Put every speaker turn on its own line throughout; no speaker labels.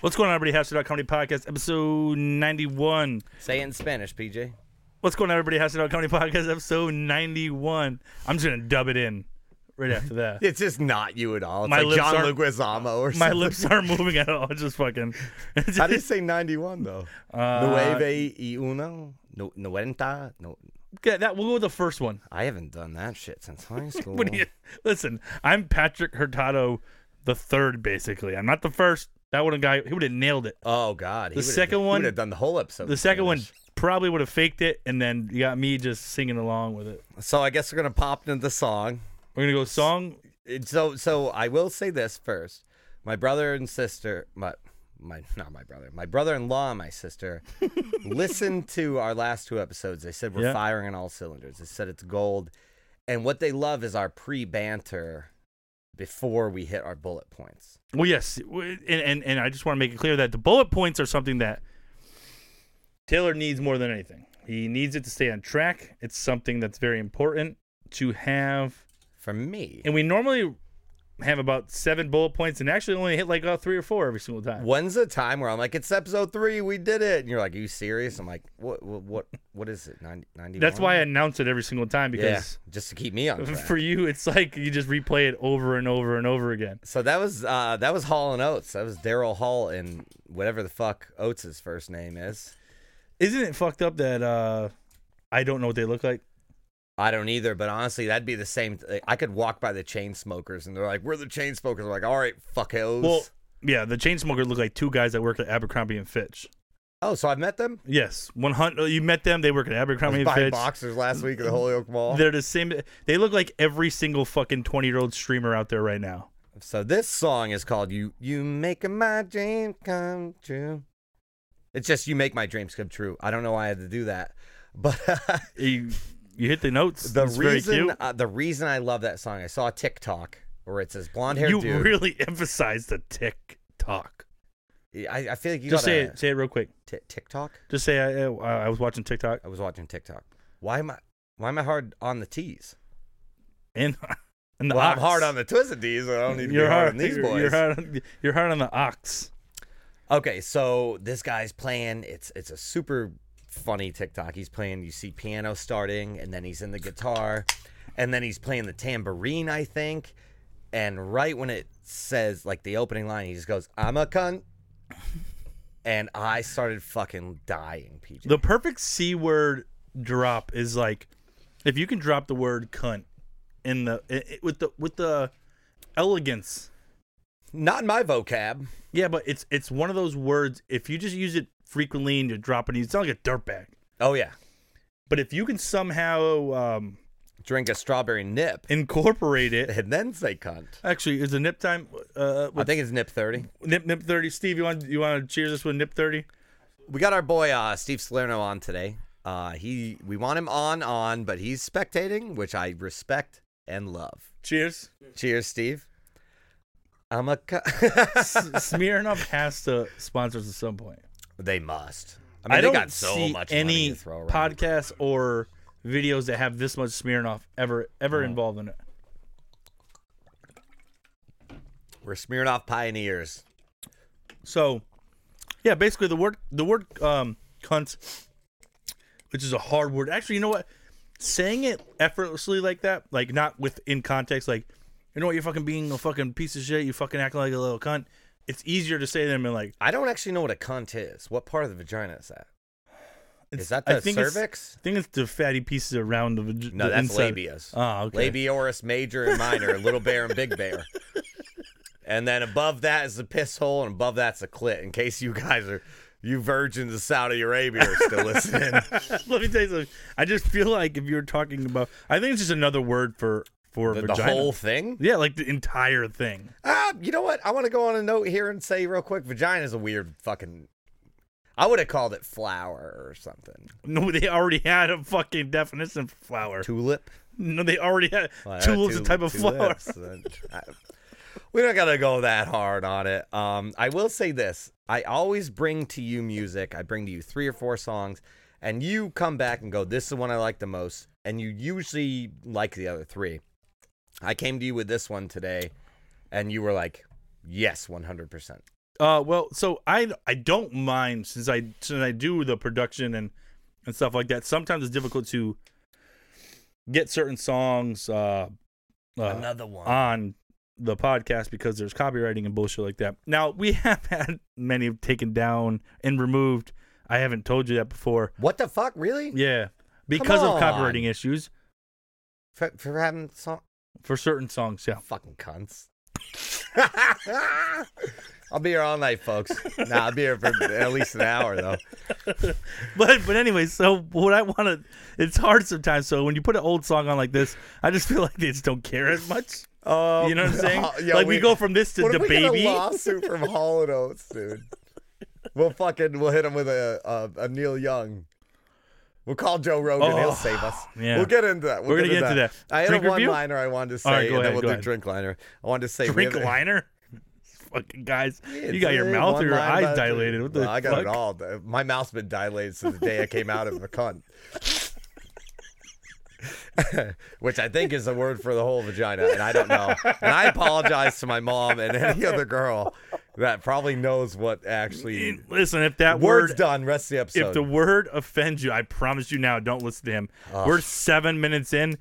What's going on, everybody? House It Out Comedy Podcast, episode 91.
Say it in Spanish, PJ.
What's going on, everybody? House It Out Comedy Podcast, episode 91. I'm just going to dub it in right after that.
It's just not you at all. It's
My
like
lips
John
aren't-
Leguizamo or
My
something.
lips aren't moving at all. Just fucking.
How do you say 91, though?
Uh,
Nueve y uno? No, noventa? No,
Yeah, that, we'll go with the first one.
I haven't done that shit since high school.
What do you,
Oh.
listen, I'm Patrick Hurtado the third, basically. I'm not the first. That one guy, he would have nailed it.
oh, God.
The second one-
would have done the whole episode.
The second one probably would have faked it, and then you got me just singing along with it.
one. So I guess we're going to pop into the song.
We're going to go song.
It- So, so I will say this first. My brother and sister, my, my, not my brother, my brother-in-law and my sister, listened to our last two episodes. They said we're
Yeah.
firing on all cylinders. They said it's gold, and what they love is our pre-banter before we hit our bullet points.
Well, yes, w- and and, and I just want to make it clear that the bullet points are something that Taylor needs more than anything. He needs it to stay on track. It's something that's very important to have.
For me,
And we normally have about seven bullet points, and actually only hit like about three or four every single time.
when's the time where I'm like, it's episode three, we did it, and you're like, are you serious? I'm like, what, what, what, what is it? Ninety.
That's why I announce it every single time because
yeah, just to keep me on. Track.
for you, it's like you just replay it over and over and over again.
So that was uh, that was Hall and Oates. That was Daryl Hall and whatever the fuck Oates' first name is.
Isn't it fucked up that uh, I don't know what they look like?
I don't either, but honestly, that'd be the same. Th- I could walk by the chain smokers and they're like, "We're the chain smokers." I'm like, "All right, fuckos."
Well, yeah, the chain smoker look like two guys that work at Abercrombie and Fitch.
oh, so I met them.
Yes, one hundred. You met them. They work at
I
Abercrombie
was
and
buying
Fitch.
boxers last week at the Holyoke Mall.
They're the same. They look like every single fucking twenty-year-old streamer out there right now.
So this song is called "You You Make My Dream Come True." It's just "You Make My Dreams Come True." I don't know why I had to do that, but uh,
You, you hit the notes.
the
It's very
reason
cute.
uh, the reason I love that song, I saw a TikTok where it says blonde hair
you
dude.
really emphasize the tick tock.
I, I feel like you
Just say
gotta
it. Say it real quick.
Ti- TikTok.
Just say I, uh, I was watching TikTok
I was watching TikTok. Why am I? Why am I hard on the T's?
and and the
Well, I'm
ox.
hard on the twisted D's. I don't need to
You're
be hard, on these
you're-
boys.
You're hard, on, you're hard on the ox.
Okay, so this guy's playing. It's it's a super funny TikTok. He's playing. You see piano starting, and then he's in the guitar, and then he's playing the tambourine, I think. And right when it says like the opening line, he just goes, "I'm a cunt," and I started fucking dying, PJ.
The perfect c word drop is like if you can drop the word cunt in the i i- with the with the elegance
Not in my vocab.
Yeah, but it's it's one of those words. If you just use it frequently and you're dropping it, you sound like a dirtbag.
Oh yeah,
But if you can somehow um,
drink a strawberry nip
incorporate it,
and then say cunt.
actually, is the nip time? Uh,
I
with
think it's nip thirty.
nip nip thirty. Steve, you want you want to cheers us with nip thirty?
We got our boy uh, Steve Salerno on today. Uh, he we want him on on, but he's spectating, which I respect and love.
Cheers.
Cheers, Steve. I'm a. Cu-
Smirnoff has to sponsor us at some point.
they must. I
I,
mean,
don't
they got so
see
much money
any
to throw around.
podcasts or videos that have this much Smirnoff ever ever
Uh-huh.
involved in it.
We're smearing off pioneers.
So, yeah, basically the word the word um cunt, which is a hard word. Actually, you know what? Saying it effortlessly like that, like not within context, like you know what, you're fucking being a fucking piece of shit. You fucking acting like a little cunt. It's easier to say than being like.
I don't actually know what a cunt is. What part of the vagina is that?
It's,
Is that
I
the
think it's-
cervix?
I think it's the fatty pieces around the vagina.
No, that's labias.
Oh, okay.
Labioris major and minor, little bear and big bear. And then above that is the piss hole, and above that's a clit. In case you guys are, you virgins of Saudi Arabia are still listening.
Let me tell you something. I just feel like if you're talking about, I think it's just another word for for
the, the
vagina.
whole thing.
yeah, like the entire thing.
Ah, you know what? I want to go on a note here and say real quick, vagina is a weird fucking. I would have called it flower or something.
No, they already had a fucking definition for flower.
Tulip.
No, they already had
Well,
tulips, a
tul-
type of flower.
tulips, uh, I- we don't gotta go that hard on it. Um, I will say this: I always bring to you music. I bring to you three or four songs, and you come back and go, "This is the one I like the most," and you usually like the other three. I came to you with this one today, and you were like, "Yes, one hundred percent."
Uh, well, so I I don't mind since I since I do the production and and stuff like that. Sometimes it's difficult to get certain songs uh, uh,
Another one.
on the podcast because there's copywriting and bullshit like that. Now we have had many taken down and removed. I haven't told you that before.
what the fuck? Really?
Yeah, because of
on.
copywriting issues
For, for having song?
for certain songs. Yeah,
Fucking cunts. I'll be here all night, folks. Nah, I'll be here for at least an hour though.
but but anyway, so what I want to, it's hard sometimes. So when you put an old song on like this, I just feel like they just don't care as much.
Oh,
You know what I'm saying? like we, go from this to
what
the
if we
baby.
Get a lawsuit from Hall and Oates, dude. We'll fucking we'll hit him with a a, a Neil Young. We'll call Joe Rogan.
Oh,
He'll save us.
yeah.
We'll get into that. we
We're gonna get into that.
I had
Drink
a one
review?
liner I wanted to say,
All right, go
and
ahead,
then we'll
go
do
ahead.
drink liner. I wanted to say we
Drink
have-
liner. Fucking guys,
Yeah,
you got your
dude,
mouth or
one
your
line
eyes
about-
dilated. What the
Well, I got
fuck?
it all. My mouth's been dilated since the day I came out of the cunt. Which I think is a word for the whole vagina, and I don't know. And I apologize to my mom and any other girl that probably knows what actually
Listen, if that
word's
word,
done. Rest of the episode.
if the word offends you, I promise you now, don't listen to him.
Ugh.
We're seven minutes in.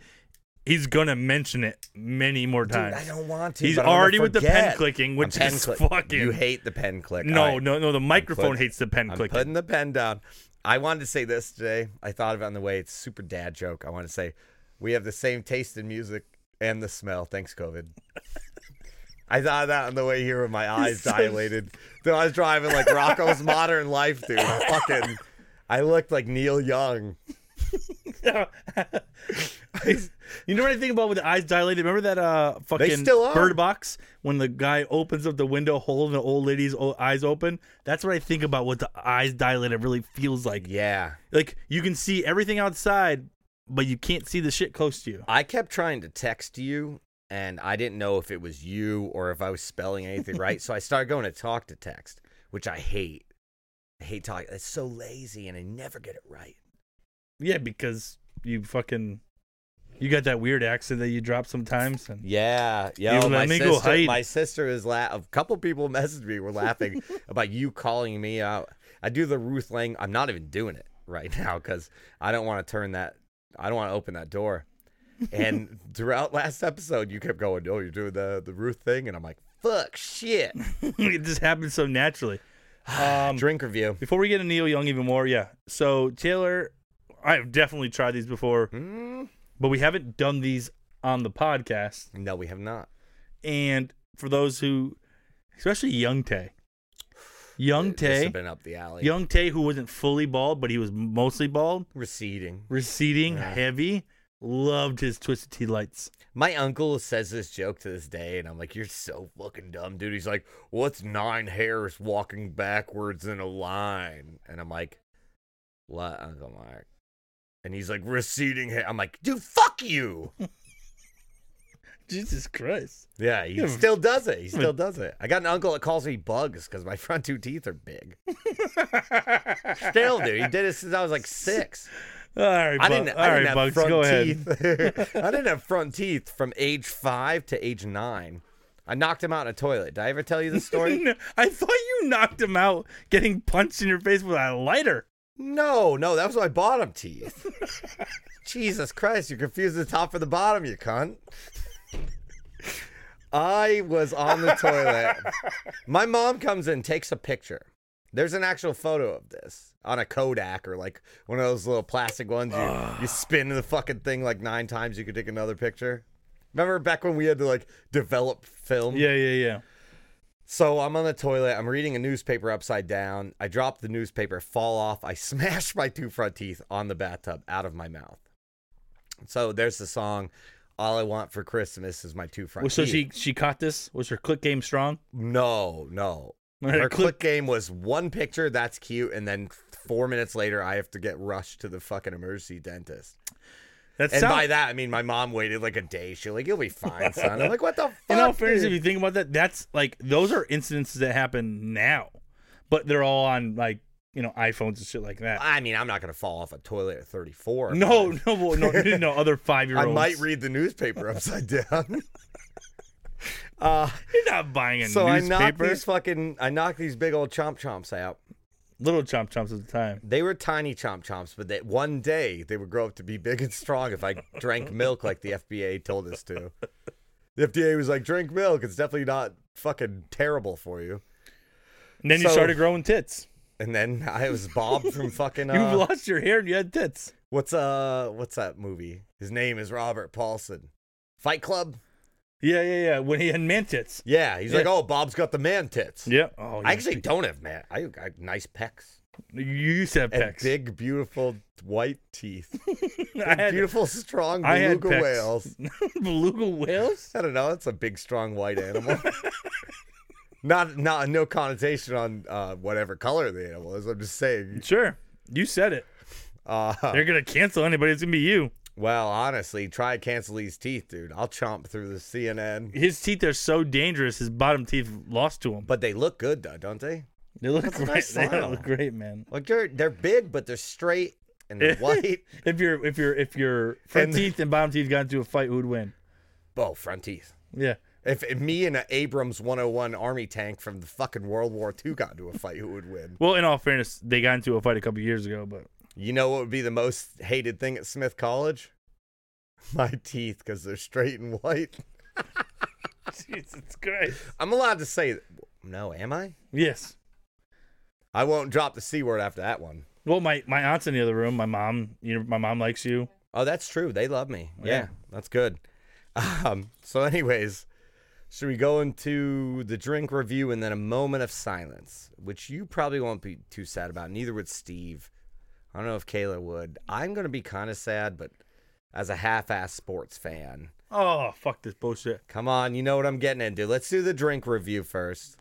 He's gonna mention it many more
Dude,
times.
I don't want to.
He's
but I'm gonna
already with the pen
forget.
clicking,
I'm
which
pen
is
click-
fucking.
You hate the pen click.
no,
All right.
no, no. The microphone
put-
hates the pen
I'm
clicking.
putting the pen down. I wanted to say this today. I thought of it on the way. It's a super dad joke. I want to say we have the same taste in music and the smell. Thanks, COVID. I thought of that on the way here with my eyes
so-
dilated. Dude, I was driving like Rocco's Modern Life, dude. Fucking, I looked like Neil Young.
you know what I think about with the eyes dilated? Remember that uh fucking
still are.
bird box when the guy opens up the window hole and the old lady's o- eyes open? That's what I think about what the eyes dilated really feels like.
Yeah.
Like you can see everything outside, but you can't see the shit close to you.
I kept trying to text you, and I didn't know if it was you or if I was spelling anything right. So I started going to talk to text, which I hate. I hate talking. It's so lazy, and I never get it right.
Yeah, because you fucking you got that weird accent that you drop sometimes and
Yeah, yeah.
let
My
me
sister,
go hide.
my sister is la- a couple people messaged me were laughing about you calling me out. I do the Ruth Lang. I'm not even doing it right now because I don't want to turn that. I don't want to open that door. And throughout last episode, you kept going, "Oh, you're doing the the Ruth thing," and I'm like, "Fuck, shit."
it just happens so naturally. Um
Drink review.
Before we get into Neil Young even more, yeah. So Taylor, I've definitely tried these before,
Mm,
but we haven't done these on the podcast.
No, we have not.
And for those who, especially Young Tay, Young
This
Tay,
has been up the alley.
Young Tay, who wasn't fully bald, but he was mostly bald,
Receding.
receding,
Yeah.
heavy, loved his twisted tea lights.
My uncle says this joke to this day, and I'm like, "You're so fucking dumb, dude." He's like, "What's nine hairs walking backwards in a line?" And I'm like, "What, Uncle Mark?" And he's like, "Receding hair." I'm like, "Dude, fuck you."
Jesus Christ!
Yeah, he
Yeah.
still does it. He still does it. I got an uncle that calls me Bugs because my front two teeth are big. Still, dude, he did it since I was like six.
All right,
I
Bu-
didn't.
all
I
right,
didn't have
Bugs,
front
go ahead.
teeth. I didn't have front teeth from age five to age nine. I knocked him out in a toilet. Did I ever tell you this story?
No, I thought you knocked him out getting punched in your face with a lighter.
no, no, that was my bottom teeth. Jesus Christ, you confused the top for the bottom, you cunt. I was on the toilet. My mom comes in, takes a picture. There's an actual photo of this on a Kodak or like one of those little plastic ones. You, you spin the fucking thing like nine times, you could take another picture. Remember back when we had to like develop film?
Yeah, yeah, yeah.
So I'm on the toilet. I'm reading a newspaper upside down. I drop the newspaper, fall off. I smash my two front teeth on the bathtub out of my mouth. So there's the song. All I want for Christmas is my two front
Well, so
teeth.
she she caught this. Was her click game strong?
No, no.
Her
Her
clip-
click game was one picture, that's cute, and then four minutes later I have to get rushed to the fucking emergency dentist.
That
and
sound-
by that I mean my mom waited like a day. She like, you'll be fine, son. I'm like, what the fuck?
In all fairness, if
dude?"
you think about that, that's like those are incidences that happen now, but they're all on like you know iPhones and shit like that.
I mean, I'm not gonna fall off a toilet at 34.
No,
but
no, well, no, no, no, other five year
I
olds.
might read the newspaper upside down. uh,
You're not buying a
so I knocked
newspaper.
these fucking, I knocked these big old chomp chomps out.
Little chomp chomps at the time.
They were tiny chomp chomps, but they, one day they would grow up to be big and strong if I drank milk like the FDA told us to. The FDA was like, drink milk. It's definitely not fucking terrible for you.
And then you
So-
started growing tits.
And then I was bobbed from fucking.
You've
Uh,
lost your hair and you had tits.
what's uh, what's that movie? His name is Robert Paulson. Fight Club.
Yeah, yeah, yeah. When he had man tits.
Yeah, he's like, oh, Bob's got the man tits.
Yeah. Oh,
I
you-
actually don't have man. I got nice pecs,
you used to have
and
pecs.
big, beautiful white teeth,
I had
beautiful, strong
I had
beluga
pecs.
whales.
beluga whales.
I don't know. It's a big, strong white animal. not, not no connotation on uh, whatever color the animal is. I'm just saying.
Sure, you said it.
Uh,
They're gonna cancel anybody. It's gonna be you.
well, honestly, try to cancel these teeth, dude. I'll chomp through the CNN.
His teeth are so dangerous. His bottom teeth lost to him.
But they look good, though, don't they?
They look
That's a
great.
nice
they
smile.
look great, man.
Like they're they're big, but they're straight and they're white.
If your if your if your front
And-
teeth and bottom teeth got into a fight, who'd win?
Oh, front teeth.
Yeah.
If, if me and an Abrams 101 army tank from the fucking World War II got into a fight, who would win?
Well, in all fairness, they got into a fight a couple years ago, but
You know what would be the most hated thing at Smith College? My teeth, because they're straight and white.
Jesus Christ.
I'm allowed to say, no, am I?
Yes.
I won't drop the C word after that one.
Well, my my aunt's in the other room. My mom, you know, my mom likes you.
Oh, that's true. They love me. Yeah,
Yeah.
that's good. Um, so, anyways, should we go into the drink review and then a moment of silence, which you probably won't be too sad about. Neither would Steve. I don't know if Kayla would. I'm going to be kind of sad, but as a half ass sports fan,
Oh, fuck this bullshit.
come on, you know what I'm getting into. Let's do the drink review first.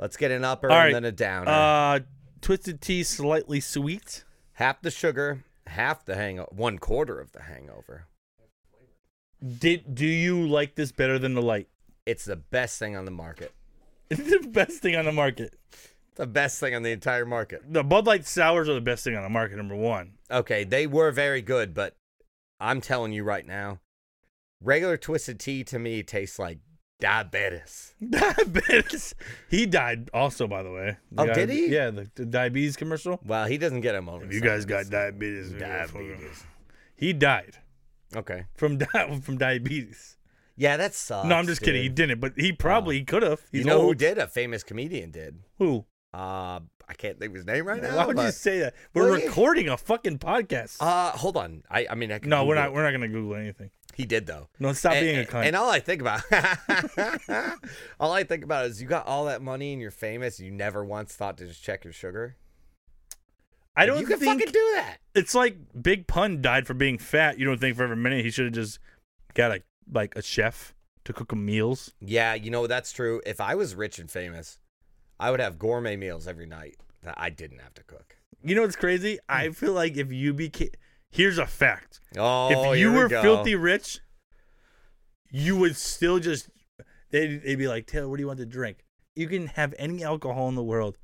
Let's get an upper
All right.
and then a downer.
Uh, twisted tea, slightly sweet.
half the sugar, half the hangover, one quarter of the hangover.
Did do you like this better than the light?
It's the best thing on the market.
It's the best thing on the market.
The best thing on the entire market.
The Bud Light sours are the best thing on the market. Number one.
Okay, they were very good, but I'm telling you right now, regular twisted tea to me tastes like diabetes.
diabetes. He died also, by the way. The
Oh, did he?
Yeah, the, the diabetes commercial.
Well, he doesn't get a moment. of
You guys got
silence.
diabetes.
diabetes.
He died
Okay.
from di- from diabetes.
Yeah, that sucks.
no, I'm just kidding. He
dude.
didn't, but he probably could have.
Oh, You
He's
know who
old.
did? A famous comedian did.
Who?
Uh, I can't think of his name right now.
Why would you
but-
say that?
Well,
We're
yeah.
recording a fucking podcast.
Uh, hold on. I, I mean, I can
no, we're
Google
not.
it.
We're not gonna Google anything.
He did though.
No, stop
and,
being a cunt.
And all I think about, all I think about is you got all that money and you're famous. You never once thought to just check your sugar.
I don't
you can
think
fucking do that.
it's like Big Pun died for being fat. You don't think for every minute he should have just got a like a chef to cook him meals.
Yeah, you know that's true. If I was rich and famous, I would have gourmet meals every night that I didn't have to cook.
You know what's crazy?
Hmm.
I feel like if you became here's a fact.
Oh,
if you
here we
were
go.
filthy rich, you would still just they'd, they'd be like, Taylor, what do you want to drink? You can have any alcohol in the world.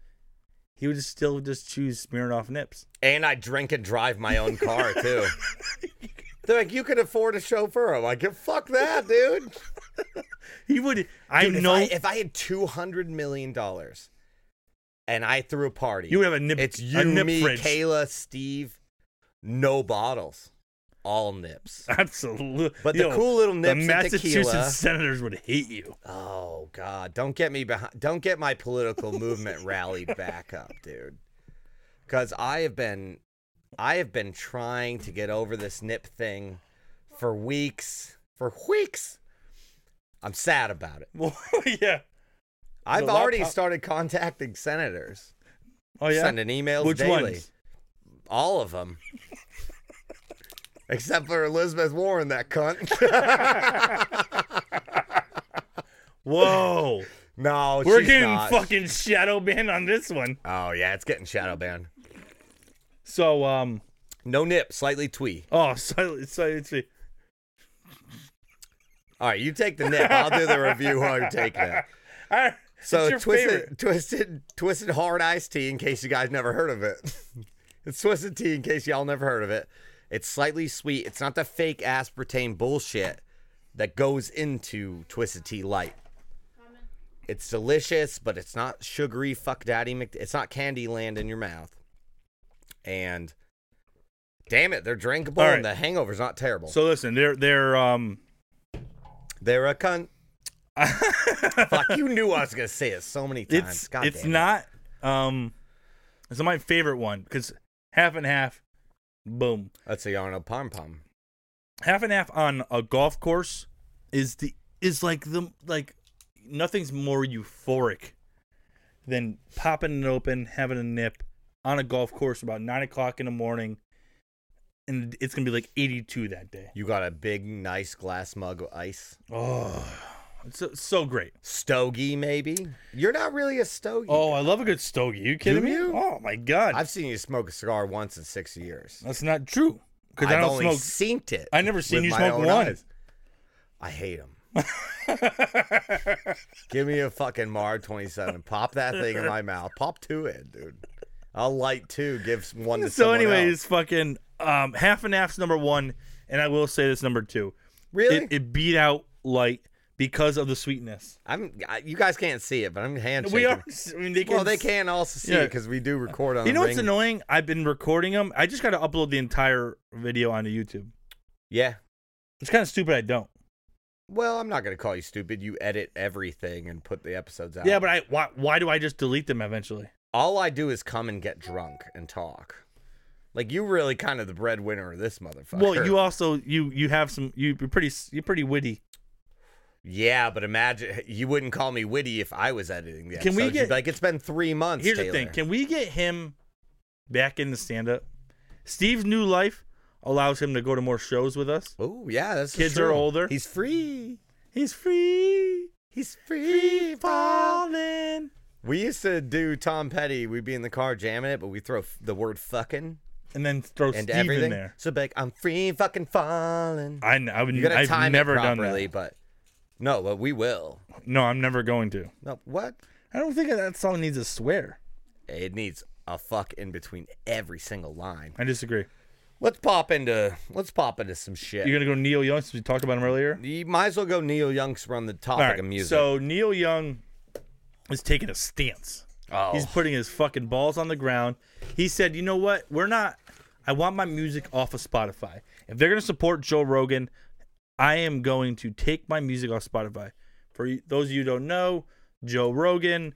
He would still just choose Smirnoff nips.
and I drink and drive my own car too. They're like, you could afford a chauffeur. I'm like, "Yeah, fuck that, dude.
He would I
Dude, if
know
I- If I, had two hundred million dollars, and I threw a party,
you would have a nip
It's
a
you,
nip
me,
fridge.
Kayla, Steve. No bottles, all nips.
Absolutely.
But the cool little
the
nips and
Massachusetts
tequila.
senators would hate you.
Oh God! Don't get me behind. Don't get my political movement rallied back up, dude. Because I have been, I have been trying to get over this nip thing for weeks. For weeks. I'm sad about it.
Well, Oh, yeah.
I've
The
already
laptop-
started contacting senators,
Oh yeah.
sending emails
Which
daily.
ones?
All of them. Except for Elizabeth Warren, that cunt.
Whoa.
no,
We're
she's
getting
not.
fucking shadow banned on this one.
Oh yeah, it's getting shadow banned.
So um
No nip, slightly twee.
Oh, silent, silent. see.
All right, you take the nip. I'll do the review while you take that.
Ah, it's
So
your
twisted,
favorite.
twisted, twisted hard iced tea. In case you guys never heard of it, it's twisted tea. In case y'all never heard of it, it's slightly sweet. It's not the fake aspartame bullshit that goes into twisted tea light. It's delicious, but it's not sugary. Fuck daddy, Mc- it's not candy land in your mouth. And damn it, they're drinkable,
All right.
and the hangover's not terrible.
So listen, they're they're um.
They're a cunt. Fuck, you knew I was gonna say it so many times.
It's
God
it's
damn it.
not um. It's my favorite one because half and half, boom.
That's a yarn of pom pom.
half and half on a golf course is the is like the like nothing's more euphoric than popping it open, having a nip on a golf course about nine o'clock in the morning, and it's gonna be like eighty two that day.
You got a big, nice glass mug of ice.
Oh, it's so, so great.
Stogie, maybe. You're not really a stogie.
Oh, I love a good stogie. you kidding
Do
me?
you?
Oh my god,
I've seen you smoke a cigar once in six years.
that's not true because I
I've
don't
only
smoke.
seen it.
I never seen
with
you
my
smoke
own
one.
eyes. I hate them. Give me a fucking Mar 27. Pop that thing in my mouth. Pop two in, dude. I'll light two. Give one to
So,
someone else.
anyways, fucking um, half and half's number one, and I will say this number two.
really,
It, it beat out light because of the sweetness.
I'm. I, you guys can't see it, but I'm handshaking.
We are. I mean, they can,
Well, they can also see
Yeah.
it because we do record on.
You
the
know
ring.
what's annoying? I've been recording them. I just got to upload the entire video onto YouTube.
Yeah.
It's kind of stupid. I don't.
Well, I'm not gonna call you stupid. You edit everything and put the episodes out.
Yeah, but I why, why do I just delete them eventually?
all I do is come and get drunk and talk. Like you really kind of the breadwinner of this motherfucker.
Well, you also you you have some you, you're pretty s- you're pretty witty.
Yeah, but imagine you wouldn't call me witty if I was editing the
Can we
episodes. You'd
get-
be like it's been three months.
Here's the
Taylor.
thing: Can we get him back into stand up? Steve's new life allows him to go to more shows with us.
Oh yeah, that's
Kids
true.
are older.
He's free.
He's free
He's free fall.
falling.
We used to do Tom Petty. We'd be in the car jamming it, but we throw f- the word "fucking"
And then throw
and
Steve
everything.
in there.
So be like, I'm free fucking falling.
I, n- I would,
You gotta
I've
time
never
it
done
properly,
that.
but no, but we will.
No, I'm never going to.
No, what?
I don't think that song needs a swear.
It needs a fuck in between every single line.
I disagree.
Let's pop into let's pop into some shit.
You're gonna go Neil Young since we talked about him earlier.
you might as well go Neil Young's on the topic
All right.
of music.
So Neil Young is taking a stance.
oh,
He's putting his fucking balls on the ground. He said, "You know what? We're not. I want my music off of Spotify. If they're gonna support Joe Rogan, I am going to take my music off Spotify." For you- those of you who don't know, Joe Rogan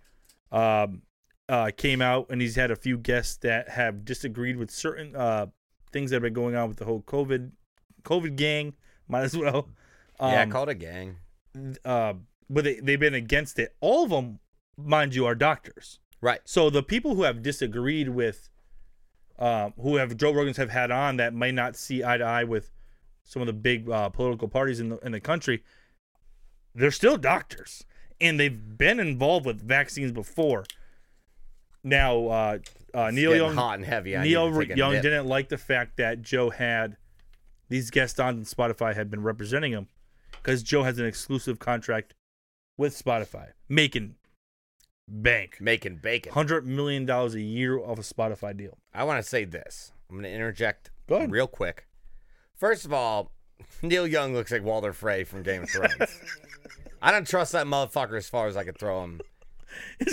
um, uh, came out and he's had a few guests that have disagreed with certain uh, things that have been going on with the whole COVID COVID gang. Might as well. Um,
yeah, called a gang.
uh, but they, they've been against it. All of them, mind you, are doctors.
Right.
So the people who have disagreed with, um, who have Joe Rogan's have had on that may not see eye to eye with some of the big uh, political parties in the in the country, they're still doctors, and they've been involved with vaccines before. Now, uh, uh,
It's
Neil
getting
Young,
hot and heavy. I
Neil
need to take a
Young
nip.
didn't like the fact that Joe had these guests on Spotify had been representing him because Joe has an exclusive contract with Spotify, making bank
making bacon.
hundred million dollars a year off a Spotify deal.
I want to say this. I'm going to interject
Go ahead.
real quick. First of all, Neil Young looks like Walter Frey from Game of Thrones. I don't trust that motherfucker as far as I could throw him.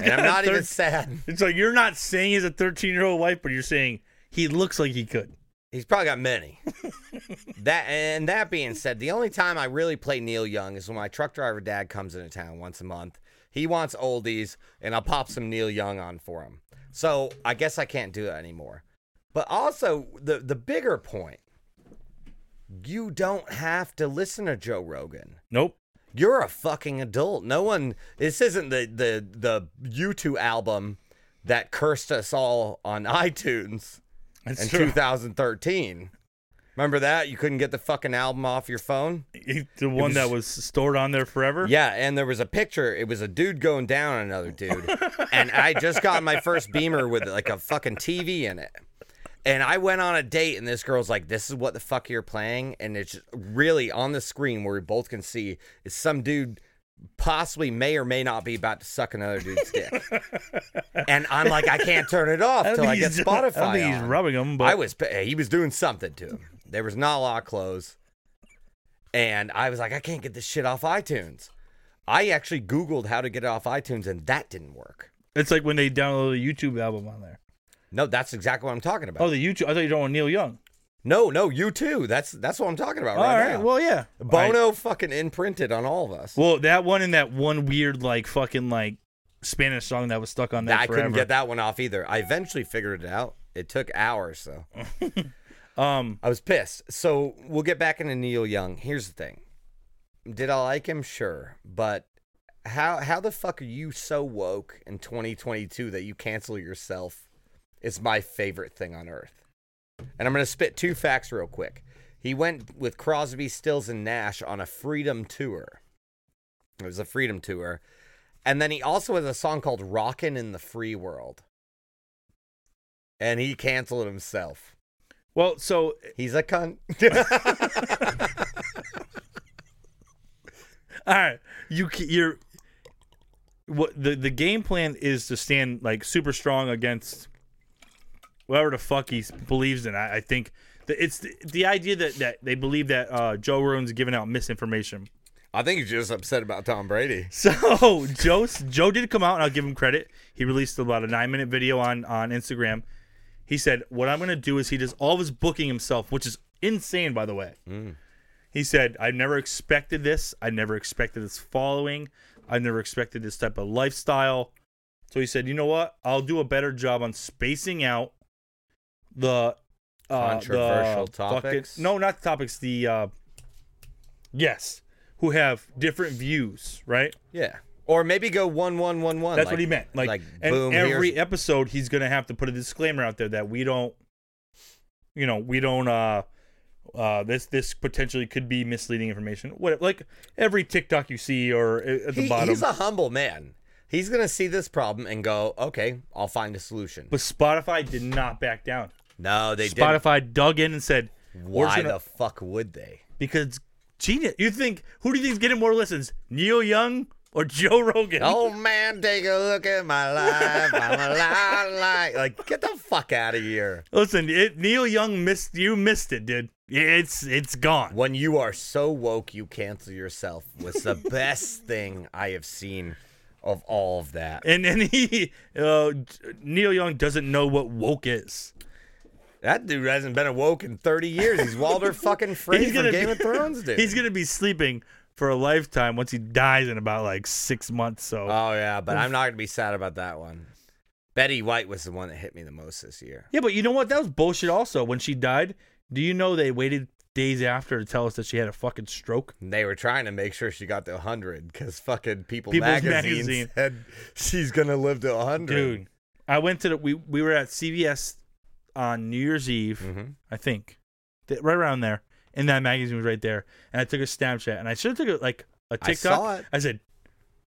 And I'm not even sad.
It's like you're not saying he's a 13 year old wife, but you're saying he looks like he could.
He's probably got many. that and that being said, the only time I really play Neil Young is when my truck driver dad comes into town once a month. He wants oldies, and I'll pop some Neil Young on for him. So I guess I can't do that anymore. But also the the bigger point, you don't have to listen to Joe Rogan.
Nope.
You're a fucking adult. No one. This isn't the the the U2 album that cursed us all on iTunes
That's
in
true.
2013. Remember that? You couldn't get the fucking album off your phone?
the one that was stored on there forever.
Yeah, and there was a picture. It was a dude going down on another dude. and I just got my first beamer with like a fucking TV in it. And I went on a date, and this girl's like, "This is what the fuck you're playing," and it's really on the screen where we both can see is some dude possibly may or may not be about to suck another dude's dick. and I'm like, I can't turn it off
don't
till I
think
get
he's doing- I don't
Spotify.
think he's
on.
rubbing 'em, but-
I was pa- he was doing something to him. There was not a lot of clothes, and I was like, I can't get this shit off iTunes. I actually Googled how to get it off iTunes, and that didn't work.
It's like when they download a YouTube album on there.
No, that's exactly what I'm talking about.
Oh, the YouTube. I thought you were talking about Neil Young.
No, no, you too. That's that's what I'm talking about
all
right,
right.
now.
Well, yeah. I-
Bono fucking imprinted on all of us.
well, that one and that one weird like fucking like Spanish song that was stuck on there.
I couldn't
forever.
get that one off either. I eventually figured it out. It took hours though.
Um.
I was pissed. So we'll get back into Neil Young. Here's the thing. Did I like him? Sure. But how how the fuck are you so woke in 2022 that you cancel yourself? It's my favorite thing on earth. And I'm gonna spit two facts real quick. He went with Crosby, Stills, and Nash on a freedom tour. It was a freedom tour. And then he also has a song called Rockin' in the Free World. And he canceled himself.
Well, so
He's a cunt.
all right, you c- you're what the the game plan is to stand like super strong against whatever the fuck he s- believes in. I, I think that it's the, the idea that that they believe that uh, Joe Rogan's giving out misinformation.
I think he's just upset about Tom Brady.
So Joe Joe did come out, and I'll give him credit. He released about a nine minute video on on Instagram. He said, "What I'm going to do is he does all of his booking himself, which is insane, by the way."
Mm.
He said, "I never expected this. I never expected this following. I never expected this type of lifestyle." So he said, "You know what? I'll do a better job on spacing out the uh, the
Controversial
fucking-
topics?
no, not the topics. The uh, yes, who have different views, right?
Yeah. Or maybe go one one one one.
That's what he meant. Like,
like
and
boom.
every
here's-
episode, he's gonna have to put a disclaimer out there that we don't, you know, we don't. uh uh, this this potentially could be misleading information. What like every TikTok you see or a- at the
He-
bottom.
he's a humble man. He's gonna see this problem and go, okay, I'll find a solution.
but Spotify did not back down.
no, they didn't.
Spotify dug in and said, "We're just
Why
gonna-
the fuck would they?
Because genius. You think who do you think's getting more listens? Neil Young or Joe Rogan?
Oh man, take a look at my life. I'm alive, like, like get the fuck out of here.
Listen, it, Neil Young missed. You missed it, dude. It's it's gone.
When you are so woke, you cancel yourself was the best thing I have seen of all of that.
and and he uh, Neil Young doesn't know what woke is.
That dude hasn't been awoke in 30 years. He's Walder fucking Frey from Game
be-
of Thrones, dude.
He's gonna be sleeping for a lifetime once he dies in about like six months. So
oh, yeah, but I'm not going to be sad about that one. Betty White was the one that hit me the most this year.
yeah, but you know what? That was bullshit. Also, when she died, do you know they waited days after to tell us that she had a fucking stroke?
They were trying to make sure she got to 100 because fucking People
People's
magazine,
Magazine.
said she's going to live to 100.
Dude, I went to the, we we were at CVS on New Year's Eve,
Mhm.
I think, Th- right around there. And that magazine was right there, and I took a Snapchat, and I should have took a, like a
I
TikTok.
saw it.
I said,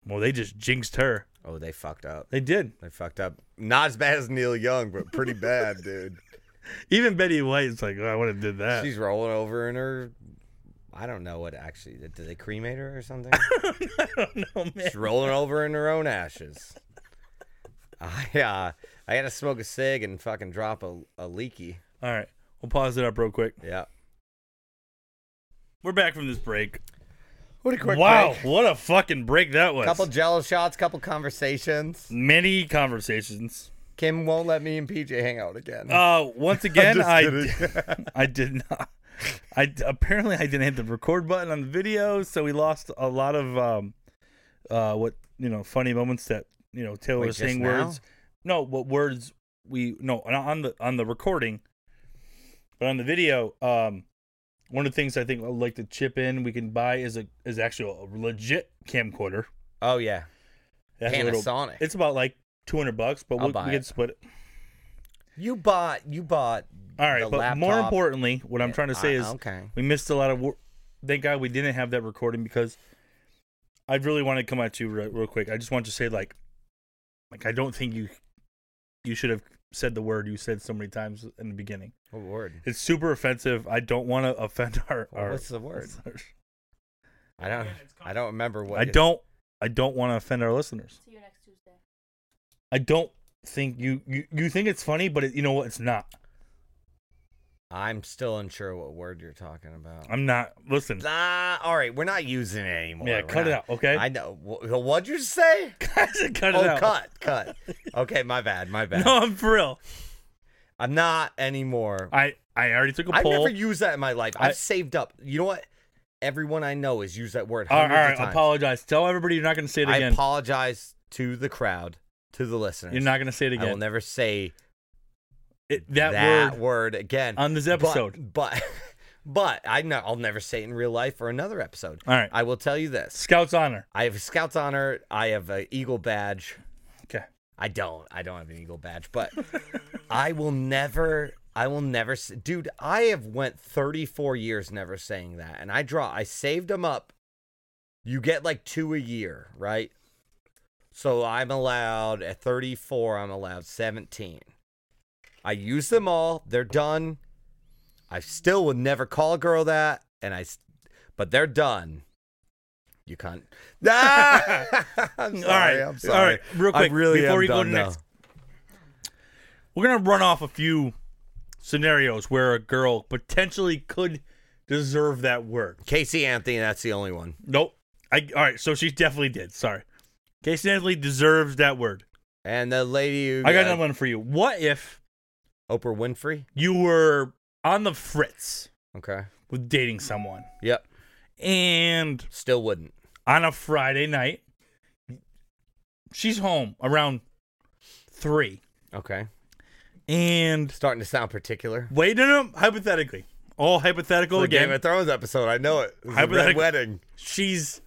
"Well, they just jinxed her.
Oh, they fucked up.
They did."
They fucked up. Not as bad as Neil Young, but pretty bad, dude.
Even Betty White's like, oh, I would have did that.
She's rolling over in her. I don't know what actually. Did they cremate her or something?
I don't know, man.
She's rolling over in her own ashes. I uh, I had to smoke a cig and fucking drop a, a leaky.
All right, we'll pause it up real quick.
Yeah.
We're back from this break.
What a
wow, what a fucking break that was.
Couple jello shots, couple conversations.
Many conversations.
Kim won't let me and PJ hang out again.
Uh, once again,
just
I
kidding.
did- I did not. I apparently I didn't hit the record button on the video, so we lost a lot of um, uh, what you know, funny moments that you know Taylor
Wait,
was
just
saying
now?
words. No, what words we no on- on the on the recording, but on the video, um, one of the things I think I'd like to chip in we can buy is a is actually a legit camcorder.
oh yeah,
That's a little-
Panasonic.
It's about like two hundred bucks, but
I'll
we'll,
buy
we can
it.
split it.
You bought you bought.
All right,
the
but
laptop.
more importantly, what I'm trying to say
Uh,
is
okay.
we missed a lot of. Wor- Thank God we didn't have that recording because I really want to come at you real, real quick. I just want to say like, like I don't think you you should have said the word you said so many times in the beginning.
What word?
It's super offensive. I don't want to offend our. our
What's the word?
listeners.
I don't.
Again, it's
I don't remember what.
I
it-
don't. I don't want to offend our listeners.
See you next Tuesday.
I don't think you you, you think it's funny, but it, you know what? It's not.
I'm still unsure what word you're talking about.
I'm not. Listen.
Ah, all right, we're not using it anymore.
Yeah,
We're
cut it
not-
out. Okay.
I know. Wh- What'd you say?
I said cut it
oh,
out.
cut, cut. Okay, my bad, my bad.
No, I'm for real.
I'm not anymore.
I I already took a
I've
poll.
never used that in my life. I've
I-
saved up. You know what? Everyone I know has used that word.
all right, all
hundreds
right
of times.
apologize. Tell everybody you're not going to say it
I
again.
apologize to the crowd, to the listeners.
You're not going to say it
I will
again.
never say
It- that,
that, word.
word
again
on this
But-
episode.
But, but, I know I'll never say it in real life or another episode.
All right.
I will tell you this.
Scouts honor.
I have a Scout's honor. I have an Eagle badge.
Okay.
I don't. I don't have an eagle badge, but I will never. I will never. s- Dude, I have went 34 years never saying that, and I draw. I saved them up. You get like two a year, right? So I'm allowed at 34. I'm allowed 17. I use them all. They're done. I still would never call a girl that, and I. s- But they're done. You cunt. Ah! I'm sorry.
right,
I'm sorry.
all right, real
I
quick,
really
before
am
we go
done
to
now.
next- We're going to run off a few scenarios where a girl potentially could deserve that word.
Casey Anthony, that's the only one.
Nope. I all right, so she definitely did. Sorry. Casey Anthony deserves that word.
And the lady who uh,
I got another one for you. What if
Oprah Winfrey.
you were on the fritz
Okay.
with dating someone
Yep.
and
Still wouldn't.
on a Friday night she's home around 3
Okay.
and
Starting to sound particular.
wait no no hypothetically all hypothetical
The
again
Game of Thrones episode. I know it. It was a red
Hypothetical-
wedding.
she's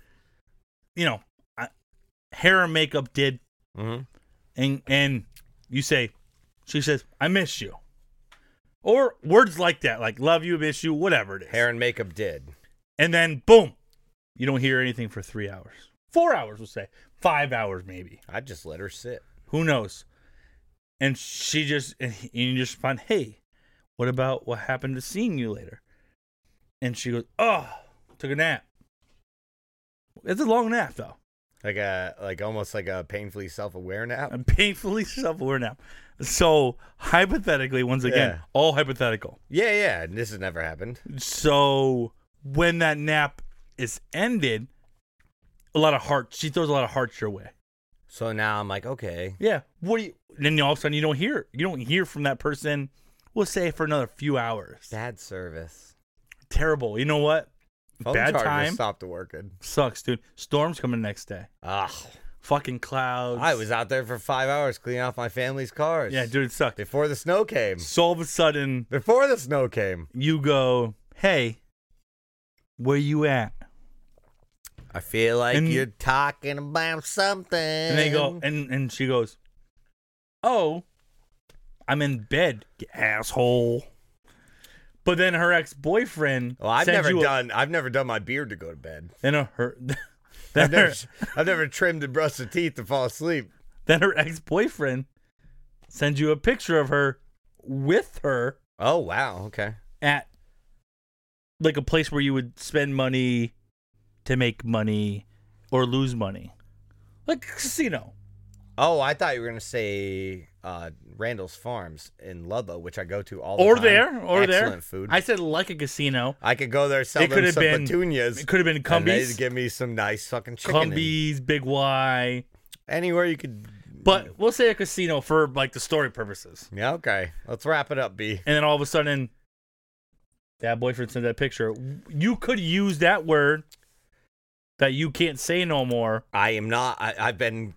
you know I- hair and makeup did
Mm-hmm.
and and you say she says i miss you or words like that like love you miss you whatever it is
Hair and makeup did.
and then boom you don't hear anything for three hours four hours we'll say five hours maybe
I just let her sit.
who knows and she just and he- and you just find hey what about what happened to seeing you later and she goes oh took a nap it's a long nap though
Like a like almost like a painfully self aware nap.
I'm painfully self-aware now. So hypothetically, once again,
Yeah.
all hypothetical.
Yeah, yeah. and This has never happened.
So when that nap is ended, a lot of hearts. She throws a lot of hearts your way.
So now I'm like, okay.
Yeah. What do you? Then all of a sudden you don't hear. You don't hear from that person. We'll say for another few hours.
Bad service.
Terrible. You know what?
Phone
Bad
charger
time.
stopped working.
Sucks, dude. Storms coming next day.
Ah.
Fucking clouds.
I was out there for five hours cleaning off my family's cars.
Yeah, dude, it sucked.
Before the snow came.
So all of a sudden
Before the snow came.
you go, hey, where you at?
I feel like
And-
you're talking about something.
And they go, and and she goes, "Oh, I'm in bed, you asshole." But then her ex boyfriend.
well, I've never done. i I've never done my beard to go to bed.
Then her, then her,
I've never, I've never trimmed and brushed the teeth to fall asleep.
then her ex boyfriend sends you a picture of her with her
Oh wow. Okay.
at like a place where you would spend money to make money or lose money, like a casino.
Oh, I thought you were gonna say uh, Randall's Farms in Ludlow, which I go to all the
Or
time.
there, or
Excellent
there.
food.
I said like a casino.
I could go there sell
It
them
could've
some
been-
petunias.
It could have been
and they'd
Cumbies.
give me some nice fucking chicken. and
Cumbies, Big Y.
Anywhere you could.
But we'll say a casino for like the story purposes.
Yeah. Okay. Let's wrap it up, B.
And then all of a sudden, that boyfriend sent that picture. You could use that word that you can't say no more
I am not. I, I've been.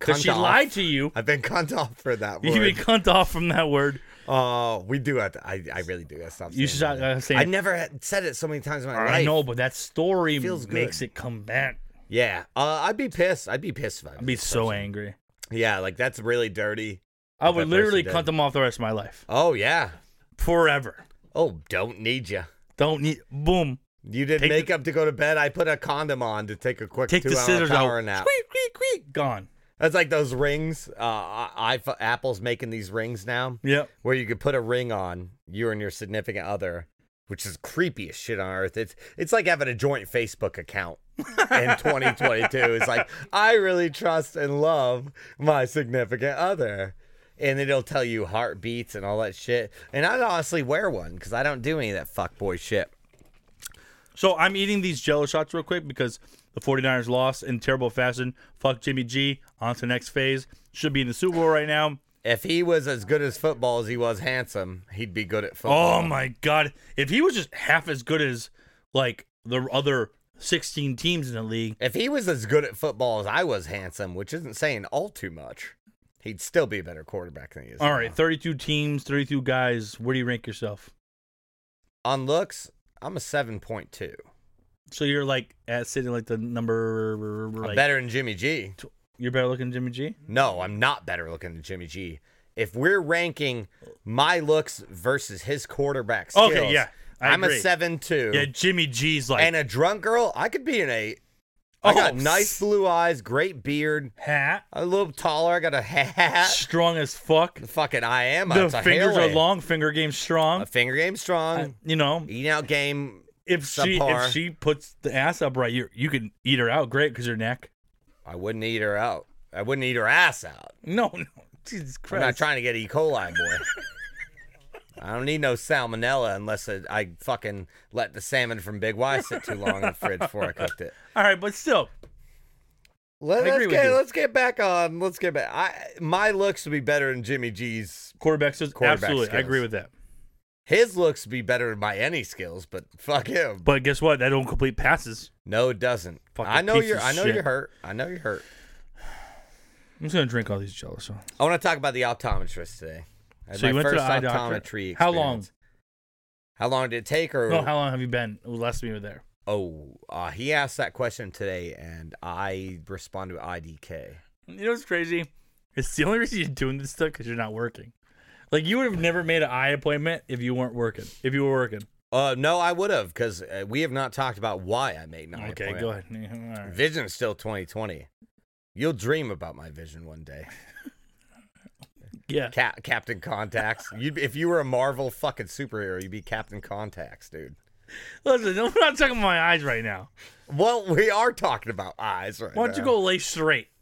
because she
cunt off.
lied to you.
I've been cunt off for that word.
You've been cunt off from that word.
Oh, we do have to. I, I really do. That's not.
You should stop uh,
I
saying.
never had said it so many times in my life.
I know, but that story
Feels good.
makes it come back.
Yeah. Uh, I'd be pissed. I'd be pissed if I.
I'd be so angry.
Yeah, like that's really dirty.
I
If that
would
person
literally
did.
cunt them off the rest of my life
Oh yeah.
forever.
Oh, don't need you.
Don't need boom.
You did
Take the-
makeup to go to bed. I put a condom on to take a quick
Take the
two-hour
scissors out.
power nap.
Squeak, squeak, squeak. Gone.
That's like those rings. Uh, I, I Apple's making these rings now
Yep.
where you could put a ring on you and your significant other, which is creepy as shit on earth. It's it's like having a joint Facebook account in 2022. It's like I really trust and love my significant other. And it'll tell you heartbeats and all that shit. And I'd honestly wear one because I don't do any of that fuckboy shit.
So I'm eating these jello shots real quick because the 49ers lost in terrible fashion. Fuck Jimmy G. On to the next phase. Should be in the Super Bowl right now.
If he was as good as football as he was handsome, he'd be good at football.
Oh my god. If he was just half as good as like the other 16 teams in the league,
If he was as good at football as I was handsome, which isn't saying all too much, he'd still be a better quarterback than he is.
All
now.
right, 32 teams, 32 guys. Where do you rank yourself?
On looks, I'm a 7.2.
So you're like at sitting like the number
I'm
like
better than Jimmy G.
you're better looking than Jimmy G?
No, I'm not better looking than Jimmy G. If we're ranking my looks versus his quarterback skills,
Okay, yeah, I
am
agree.
a 7.2.
Yeah, Jimmy G's like
and a drunk girl, I could be an 8. I got
Oh,
nice blue eyes, great beard,
hat,
a little taller, I got a hat.
strong as fuck.
Fucking I am.
The
it's a
fingers are
hairline.
long, finger game
A
strong.
finger game strong.
You know,
eating out game.
if she
subpar.
if she puts the ass up right, you you can eat her out great because her neck.
I wouldn't eat her out. I wouldn't eat her ass out.
No, no, Jesus
I'm not
Christ.
trying to get E. coli, boy. I don't need no salmonella unless I, I fucking let the salmon from Big Y sit too long in the fridge before I cooked it.
All right, but still,
Let,
agree
us
with
get
you.
let's get back on. Let's get back. I my looks would be better than Jimmy G's.
quarterback says
Quarterback
absolutely. I
skills.
agree with that.
His looks would be better than my any skills, but fuck him.
But guess what? That don't complete passes.
No, it doesn't.
Fucking
I know
piece
you're.
of
I know
shit.
you're hurt. I know you're hurt.
I'm just gonna drink all these jello shots.
I want to talk about the optometrist today. I had
So
my
you went to
first
the eye doctor.
optometry.
How long?
experience. How long did it take? Or
No, how long have you been? Last time you were there.
Oh, uh, he asked that question today, and I responded with IDK.
You know what's crazy? It's the only reason you're doing this stuff because you're not working. Like you would have never made an eye appointment if you weren't working. If you were working.
Uh, no, I would have because uh, we have not talked about why I made an eye
Okay,
appointment.
go ahead. Yeah, all right.
Vision's still 2020. You'll dream about my vision one day.
Yeah.
Cap- Captain Contacts. You'd be, if you were a Marvel fucking superhero, you'd be Captain Contacts, dude.
Listen, we're not talking about my eyes right now.
Well, we are talking about eyes right
Why don't you
now.
go lay straight?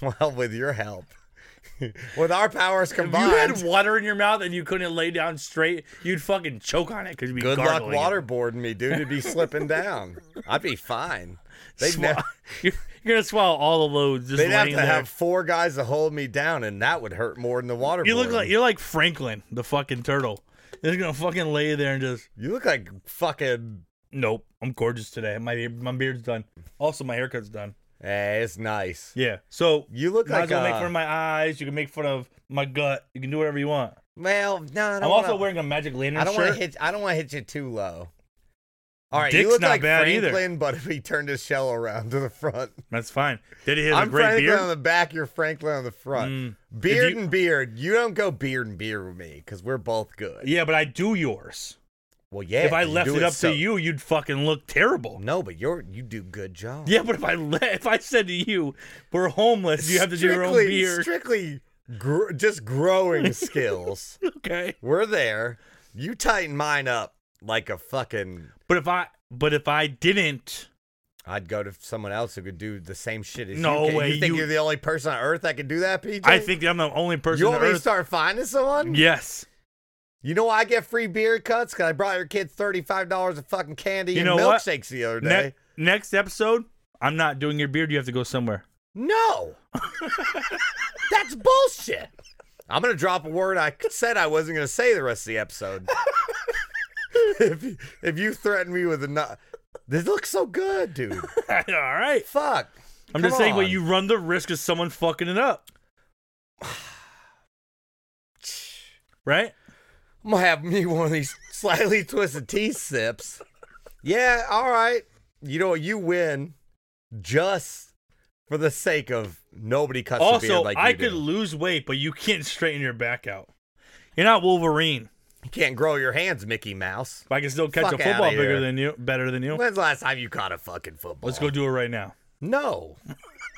Well, with your help, with our powers
If you
combined,
had water in your mouth and you couldn't lay down straight, you'd fucking choke on it because you'd be
Good luck
gargling it.
waterboarding me, dude. It'd be slipping down. I'd be fine. They'd,
Swa-
ne-
you're, you're gonna swallow all the loads. Just
they'd have
laying
to
there.
have four guys to hold me down, and that would hurt more than the waterboarding.
You look like you're like Franklin, the fucking turtle. They're gonna fucking lay there and just
you look like fucking.
Nope, I'm gorgeous today. My be- my beard's done. Also, my haircut's done.
Hey, eh, it's nice.
Yeah. So you
You look
might
like
as well make
uh,
fun of my eyes. You can make fun of my gut. You can do whatever you want.
well, no, I don't
I'm also
wanna,
wearing a magic lantern
I don't want
shirt.
to hit. I don't want to hit you too low. All right, you
Dick's
look
not
like
bad either.
Franklin, but if he turned his shell around to the front,
That's fine. Did he have a
I'm
great
Franklin on
beard?
the back. You're Franklin on the front.
Mm.
Beard
you-
and beard. You don't go beard and beard with me because we're both good.
Yeah, but I do yours.
Well, yeah.
if I
you
left
do
it up
so-
to you, you'd fucking look terrible.
No, but you're you do good job.
Yeah, but if I le- if I said to you, we're homeless, you have to do your own
Strictly-
beard.
Strictly, gr- just growing skills.
okay.
We're there. You tighten mine up like a fucking.
But if I but if I didn't,
I'd go to someone else who could do the same shit as
No
you. can.
way,
You think
you-
you... are the only person on earth that can do that, PJ?
I think I'm the only person
you
on
want me to
earth.
start finding someone.
yes.
You know why I get free beard cuts? Cause I brought your kid thirty five dollars of fucking candy
You
and
know what?
milkshakes the other day.
Ne- next episode, I'm not doing your beard. You have to go somewhere.
No. That's bullshit. I'm going to drop a word I said I wasn't going to say the rest of the episode. if, you- if you threaten me with a nut. This looks so good, dude.
All right.
Fuck.
I'm
Come
just saying, but
on.
you run the risk of someone fucking it up, right?
I'm going to have me one of these slightly twisted tea sips. Yeah, all right. You know what? You win just for the sake of nobody cuts a
also,
beard like you
I
do.
could lose weight, but you can't straighten your back out. You're not Wolverine.
You can't grow your hands, Mickey Mouse.
If I can still catch
Fuck
a
outta
football bigger
here.
than you, better than you.
When's the last time you caught a fucking football?
Let's go do it right now.
No.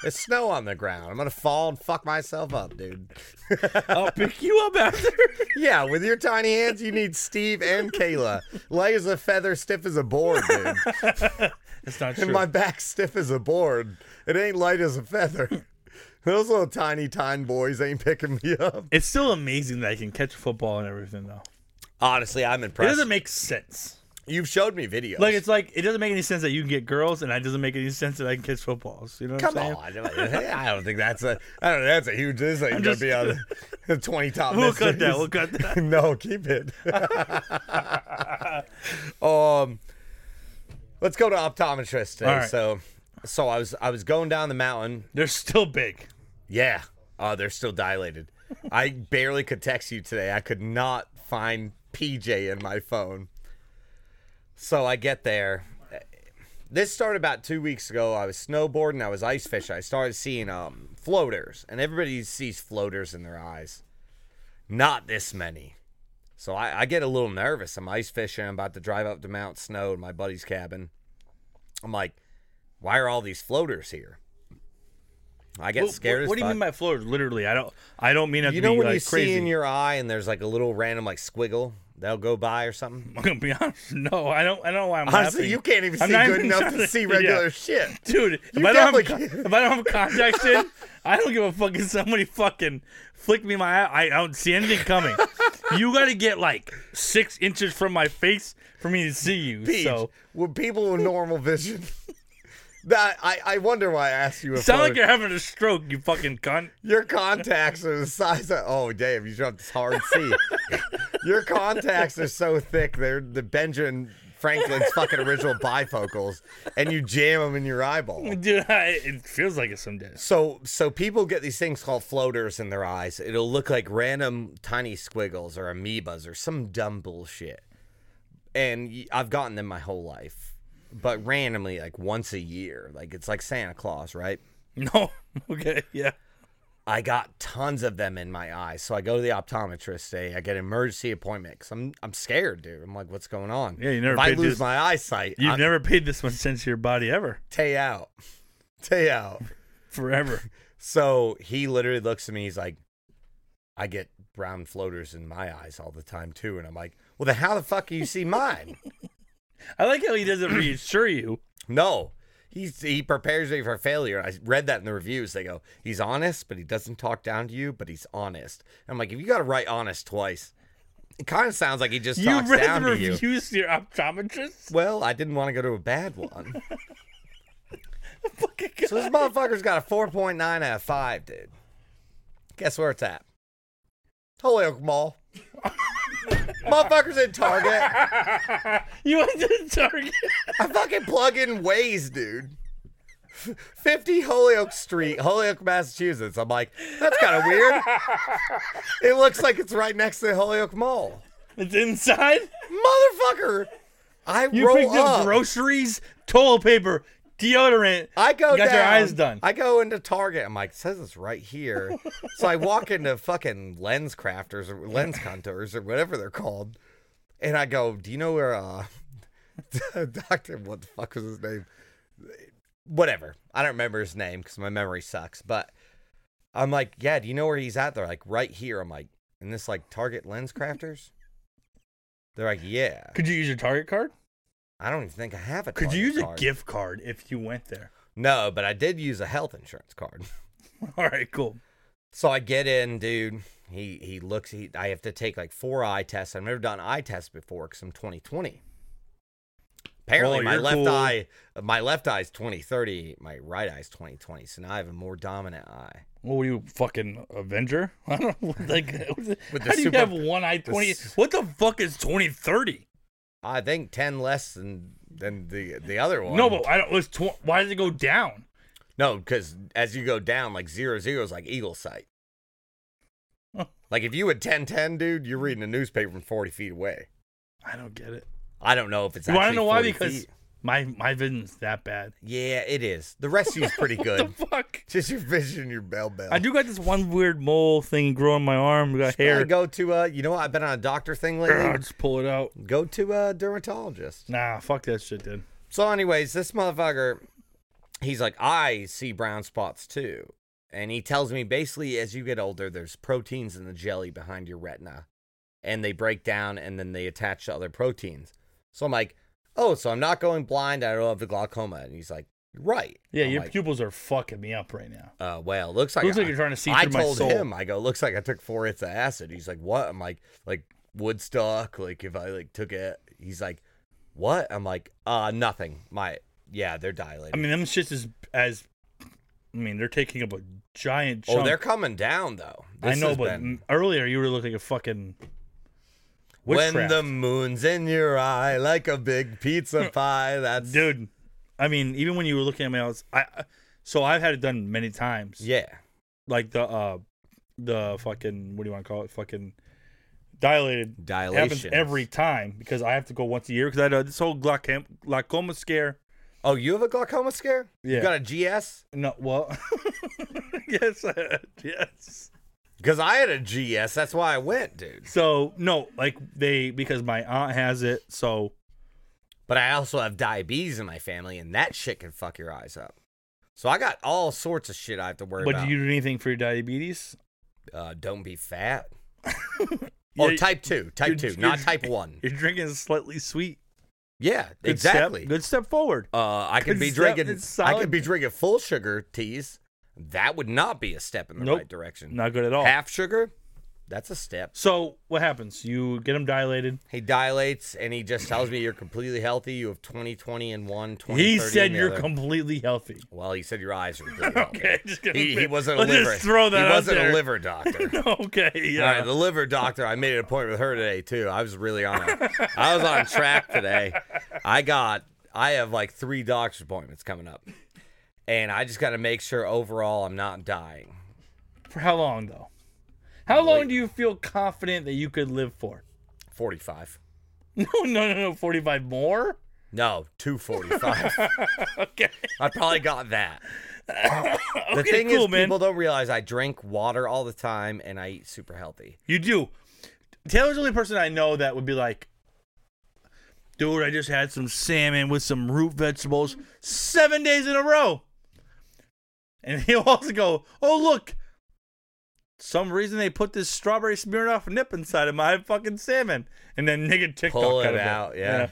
There's snow on the ground. I'm gonna fall and fuck myself up, dude.
I'll pick you up after.
Yeah, with your tiny hands, you need Steve and Kayla. Light as a feather, stiff as a board, dude.
That's not true.
And my back stiff as a board. It ain't light as a feather. Those little tiny tiny boys ain't picking me up.
it's still amazing that I can catch a football and everything, though.
Honestly, I'm
It
impressed.
doesn't make sense.
You've showed me videos.
Like it's like it doesn't make any sense that you can get girls, and it doesn't make any sense that I can catch footballs. You know what
Come
I'm saying?
on, I don't think that's a. I don't know. That's a huge. This ain't gonna
just-
be on the twenty top.
We'll cut
mysteries.
that. We'll cut that.
no, keep it. um, let's go to optometrist today.
All right.
So, so I was I was going down the mountain.
They're still big.
Yeah. Oh, they're still dilated. I barely could text you today. I could not find PJ in my phone. So I get there. This started about two weeks ago. I was snowboarding. I was ice fishing. I started seeing um floaters, and everybody sees floaters in their eyes. Not this many. So I, I get a little nervous. I'm ice fishing. I'm about to drive up to Mount Snow to my buddy's cabin. I'm like, why are all these floaters here? I get
What,
scared as
what do you
fuck
mean by floors? Literally, I don't. I don't mean that
you
to
know
be
when
like
you
crazy.
see in your eye and there's like a little random like squiggle that'll go by or something.
I'm gonna be honest. No, I don't. I don't know why I'm
Honestly,
laughing.
you can't even
I'm
see
not
good
even
enough
trying
to see regular
yeah.
shit.
Dude, if
You
I, don't have,
definitely
con- if I don't have contacts in, I don't give a fuck if somebody fucking flick me my eye. I don't see anything coming. you gotta get like six inches from my face for me to see you.
Peach,
So
with people with normal vision. That I, I wonder why I asked you. If
sound like
photo-
you're having a stroke, you fucking cunt.
your contacts are the size of oh damn you dropped this hard C. your contacts are so thick they're the Benjamin Franklin's fucking original bifocals, and you jam them in your eyeball.
Dude, I, it feels like it some days.
So so people get these things called floaters in their eyes. It'll look like random tiny squiggles or amoebas or some dumb bullshit. And y- I've gotten them my whole life, but randomly like once a year. Like it's like Santa Claus, right?
No. Okay. Yeah.
I got tons of them in my eyes. So I go to the optometrist today. I get an emergency appointment because I'm I'm scared, dude. I'm like, what's going on?
Yeah, you never
If I
paid
lose
this-
my eyesight,
You've
I'm
never paid this much sense to your body ever,
tay out, tay out.
forever.
So he literally looks at me. He's like, I get brown floaters in my eyes all the time too, and I'm like, well, then how the fuck do you see mine?
I like how he doesn't reassure you.
no, he's he prepares me for failure. I read that in the reviews. They go, he's honest, but he doesn't talk down to you, but he's honest. I'm like, if you got to write honest twice, it kind of sounds like he just
You
talks
read
down
the
to you.
reviews to your optometrist?
Well, I didn't want to go to a bad one.
Fucking God.
So this motherfucker's got a 4.9 out of 5, dude. Guess where it's at? Holyoke Mall. motherfucker's in Target.
You went to Target.
I fucking plug in Waze, dude. 50 Holyoke Street, Holyoke, Massachusetts. I'm like, that's kind of weird. It looks like it's right next to the Holyoke Mall.
It's inside.
Motherfucker. I
You
roll
picked up Uh,
up.
groceries, toilet paper, deodorant.
I go
You got
down.
your eyes done.
I go into Target. I'm like, it says it's right here. so I walk into fucking lens crafters or lens hunters or whatever they're called, and I go, "Do you know where uh, Doctor? What the fuck was his name? Whatever. I don't remember his name because my memory sucks. But I'm like, yeah. Do you know where he's at? They're like, right here. I'm like, in this like Target lens crafters. They're like, yeah.
Could you use your Target card?
I don't even think I have a.
Could
Target
you use
card.
a gift card if you went there?
No, but I did use a health insurance card.
All right, cool.
So I get in, dude. He he looks. He I have to take like four eye tests. I've never done eye tests before because I'm 2020. Apparently,
Well,
my
Oh, you're
left
cool.
eye, my left eye's 2030. My right eye's 2020. So now I have a more dominant eye.
What were you fucking Avenger? I don't know, like.
With the
how do you
super-
have one eye twenty?
s-
what the fuck is twenty thirty?
I think 10 less than than the the other one.
No, but I don't. It was tw- why did it go down?
no, because as you go down, like zero zero is like eagle sight.
Huh.
Like if you had 10 10, dude, you're reading a newspaper from 40 feet away.
I don't get it.
I don't know if it's.
you want to
actually
know why?
40
Because
feet.
my my vision's that bad.
yeah, it is. The rest of you's pretty good.
What the fuck?
Just your vision, your bell bell.
I do got this one weird mole thing growing in my arm. I got
Gotta
hair.
go to uh, you know what? I've been on a doctor thing
Ugh,
lately.
just pull it out.
go to a dermatologist.
Nah, fuck that shit, dude.
So, anyways, this motherfucker, he's like, I see brown spots too. And he tells me basically, as you get older, there's proteins in the jelly behind your retina and they break down and then they attach to other proteins. So I'm like, oh, so I'm not going blind. I don't have the glaucoma. And he's like, right.
Yeah,
I'm
your
like,
pupils are fucking me up right now.
uh, well, looks like
Looks
I-
like you're trying to see
I
through my
told
soul.
him, I go, looks like I took four hits of acid. He's like, what? I'm like, like Woodstock. Like if I like took it, he's like, what? I'm like, uh, nothing. My yeah, they're dilated.
I mean, them shits is as. I mean, they're taking up a giant chunk.
oh, they're coming down though.
I
This
know,
has
but
been-
m- earlier you were looking at fucking.
when
witchcraft.
the moon's in your eye like a big pizza pie, that's
dude, I mean, even when you were looking at me, I was I. I- So I've had it done many times.
yeah.
Like the uh, the fucking what do you want to call it? Fucking dilated happens
Dilation
every time because I have to go once a year because I had uh, this whole glaucoma, glaucoma scare.
Oh, you have a glaucoma scare?
Yeah.
You got a GS?
No, well, yes, I- yes.
Because I had a GS. That's why I went, dude.
So no, like they because my aunt has it. So
But I also have diabetes in my family, and that shit can fuck your eyes up. So I got all sorts of shit I have to worry
but
about.
do you do anything for your diabetes?
uh, don't be fat. oh,
Yeah,
type two,
you're-
type two,
you're-
not type one.
You're drinking slightly sweet.
Yeah,
Good
exactly.
Step, good step forward.
Uh, I could
Good
be
step.
drinking.
It's
I
solid.
could be drinking full sugar teas. That would not be a step in the
Nope.
right direction.
Not good at all.
Half sugar, that's a step.
So what happens? You get them dilated.
He dilates and he just tells me you're completely healthy. You have 20, 20, and one. 20,
He
30
said
and the
you're
other.
completely healthy.
Well, he said your eyes are really
Okay, just gonna
He, he
be-
wasn't
let's
a liver.
Just throw that
he
out
wasn't
there.
a liver doctor.
okay, yeah.
All right, the liver doctor. I made an appointment with her today too. I was really on. A, I was on track today. I got. I have like three doctor's appointments coming up, and I just got to make sure overall I'm not dying.
For how long though? How long do you feel confident that you could live for?
Forty-five.
No, no, no, no. Forty-five more.
No, two forty-five.
Okay.
I probably got that. The
okay,
thing
cool,
is,
man.
people don't realize I drink water all the time and I eat super healthy.
You do. Taylor's the only person I know that would be like, dude, I just had some salmon with some root vegetables seven days in a row. And he'll also go, oh, look, some reason they put this strawberry Smirnoff nip inside of my fucking salmon. And then nigga TikTok
Pull
out
it
of
out. Yeah.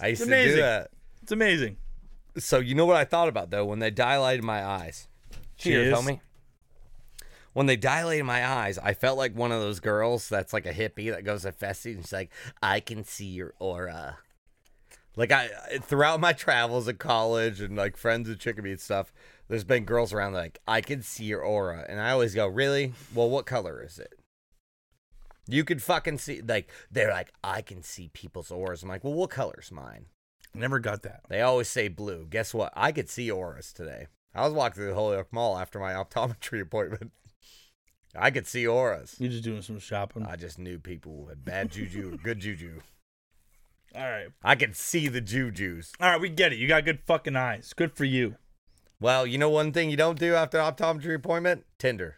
I used to
amazing.
do that.
It's amazing.
So you know what I thought about though when they dilated my eyes.
Cheers.
homie. When they dilated my eyes, I felt like one of those girls that's like a hippie that goes to festies and she's like, "I can see your aura." Like I throughout my travels at college and like friends with Chicopee and stuff, there's been girls around that like, "I can see your aura," and I always go, "Really? Well, what color is it?" You could fucking see like they're like, "I can see people's auras." I'm like, "Well, what color's mine?"
Never got that.
They always say blue. Guess what? I could see auras today. I was walking through the Holyoke Mall after my optometry appointment. I could see auras.
You're just doing some shopping.
I just knew people had bad juju or good juju.
All right.
I could see the jujus.
All right, we get it. You got good fucking eyes. Good for you.
Well, you know one thing you don't do after optometry appointment? Tinder.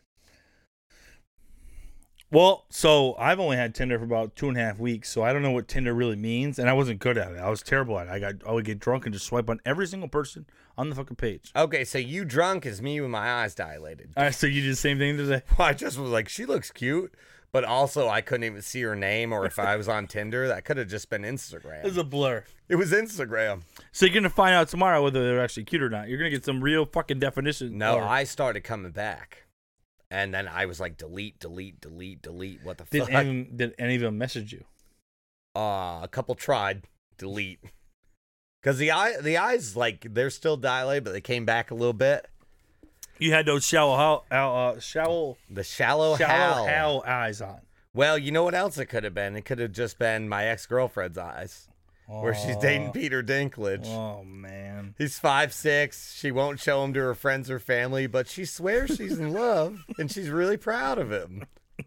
Well, so I've only had Tinder for about two and a half weeks, so I don't know what Tinder really means, and I wasn't good at it. I was terrible at it. I got I would get drunk and just swipe on every single person on the fucking page.
Okay, so you drunk is me with my eyes dilated.
All right, so you did the same thing today.
I just was like, she looks cute, but also I couldn't even see her name, or if I was on Tinder, that could have just been
It was
Instagram.
a blur.
It was Instagram.
So you're gonna find out tomorrow whether they're actually cute or not. You're gonna get some real fucking definition.
No,
or-
I started coming back, and then I was like, delete, delete, delete, delete. What the
did
fuck?
any, of them- did any of them message you?
uh, a couple tried, delete, because the eye, the eyes, like they're still dilated, but they came back a little bit.
You had those shallow how uh, shallow
The shallow,
shallow how
howl.
eyes on.
Well, you know what else it could have been? It could have just been my ex girlfriend's eyes, where she's dating Peter Dinklage.
Oh man.
He's five six. She won't show him to her friends or family, but she swears she's in love and she's really proud of him.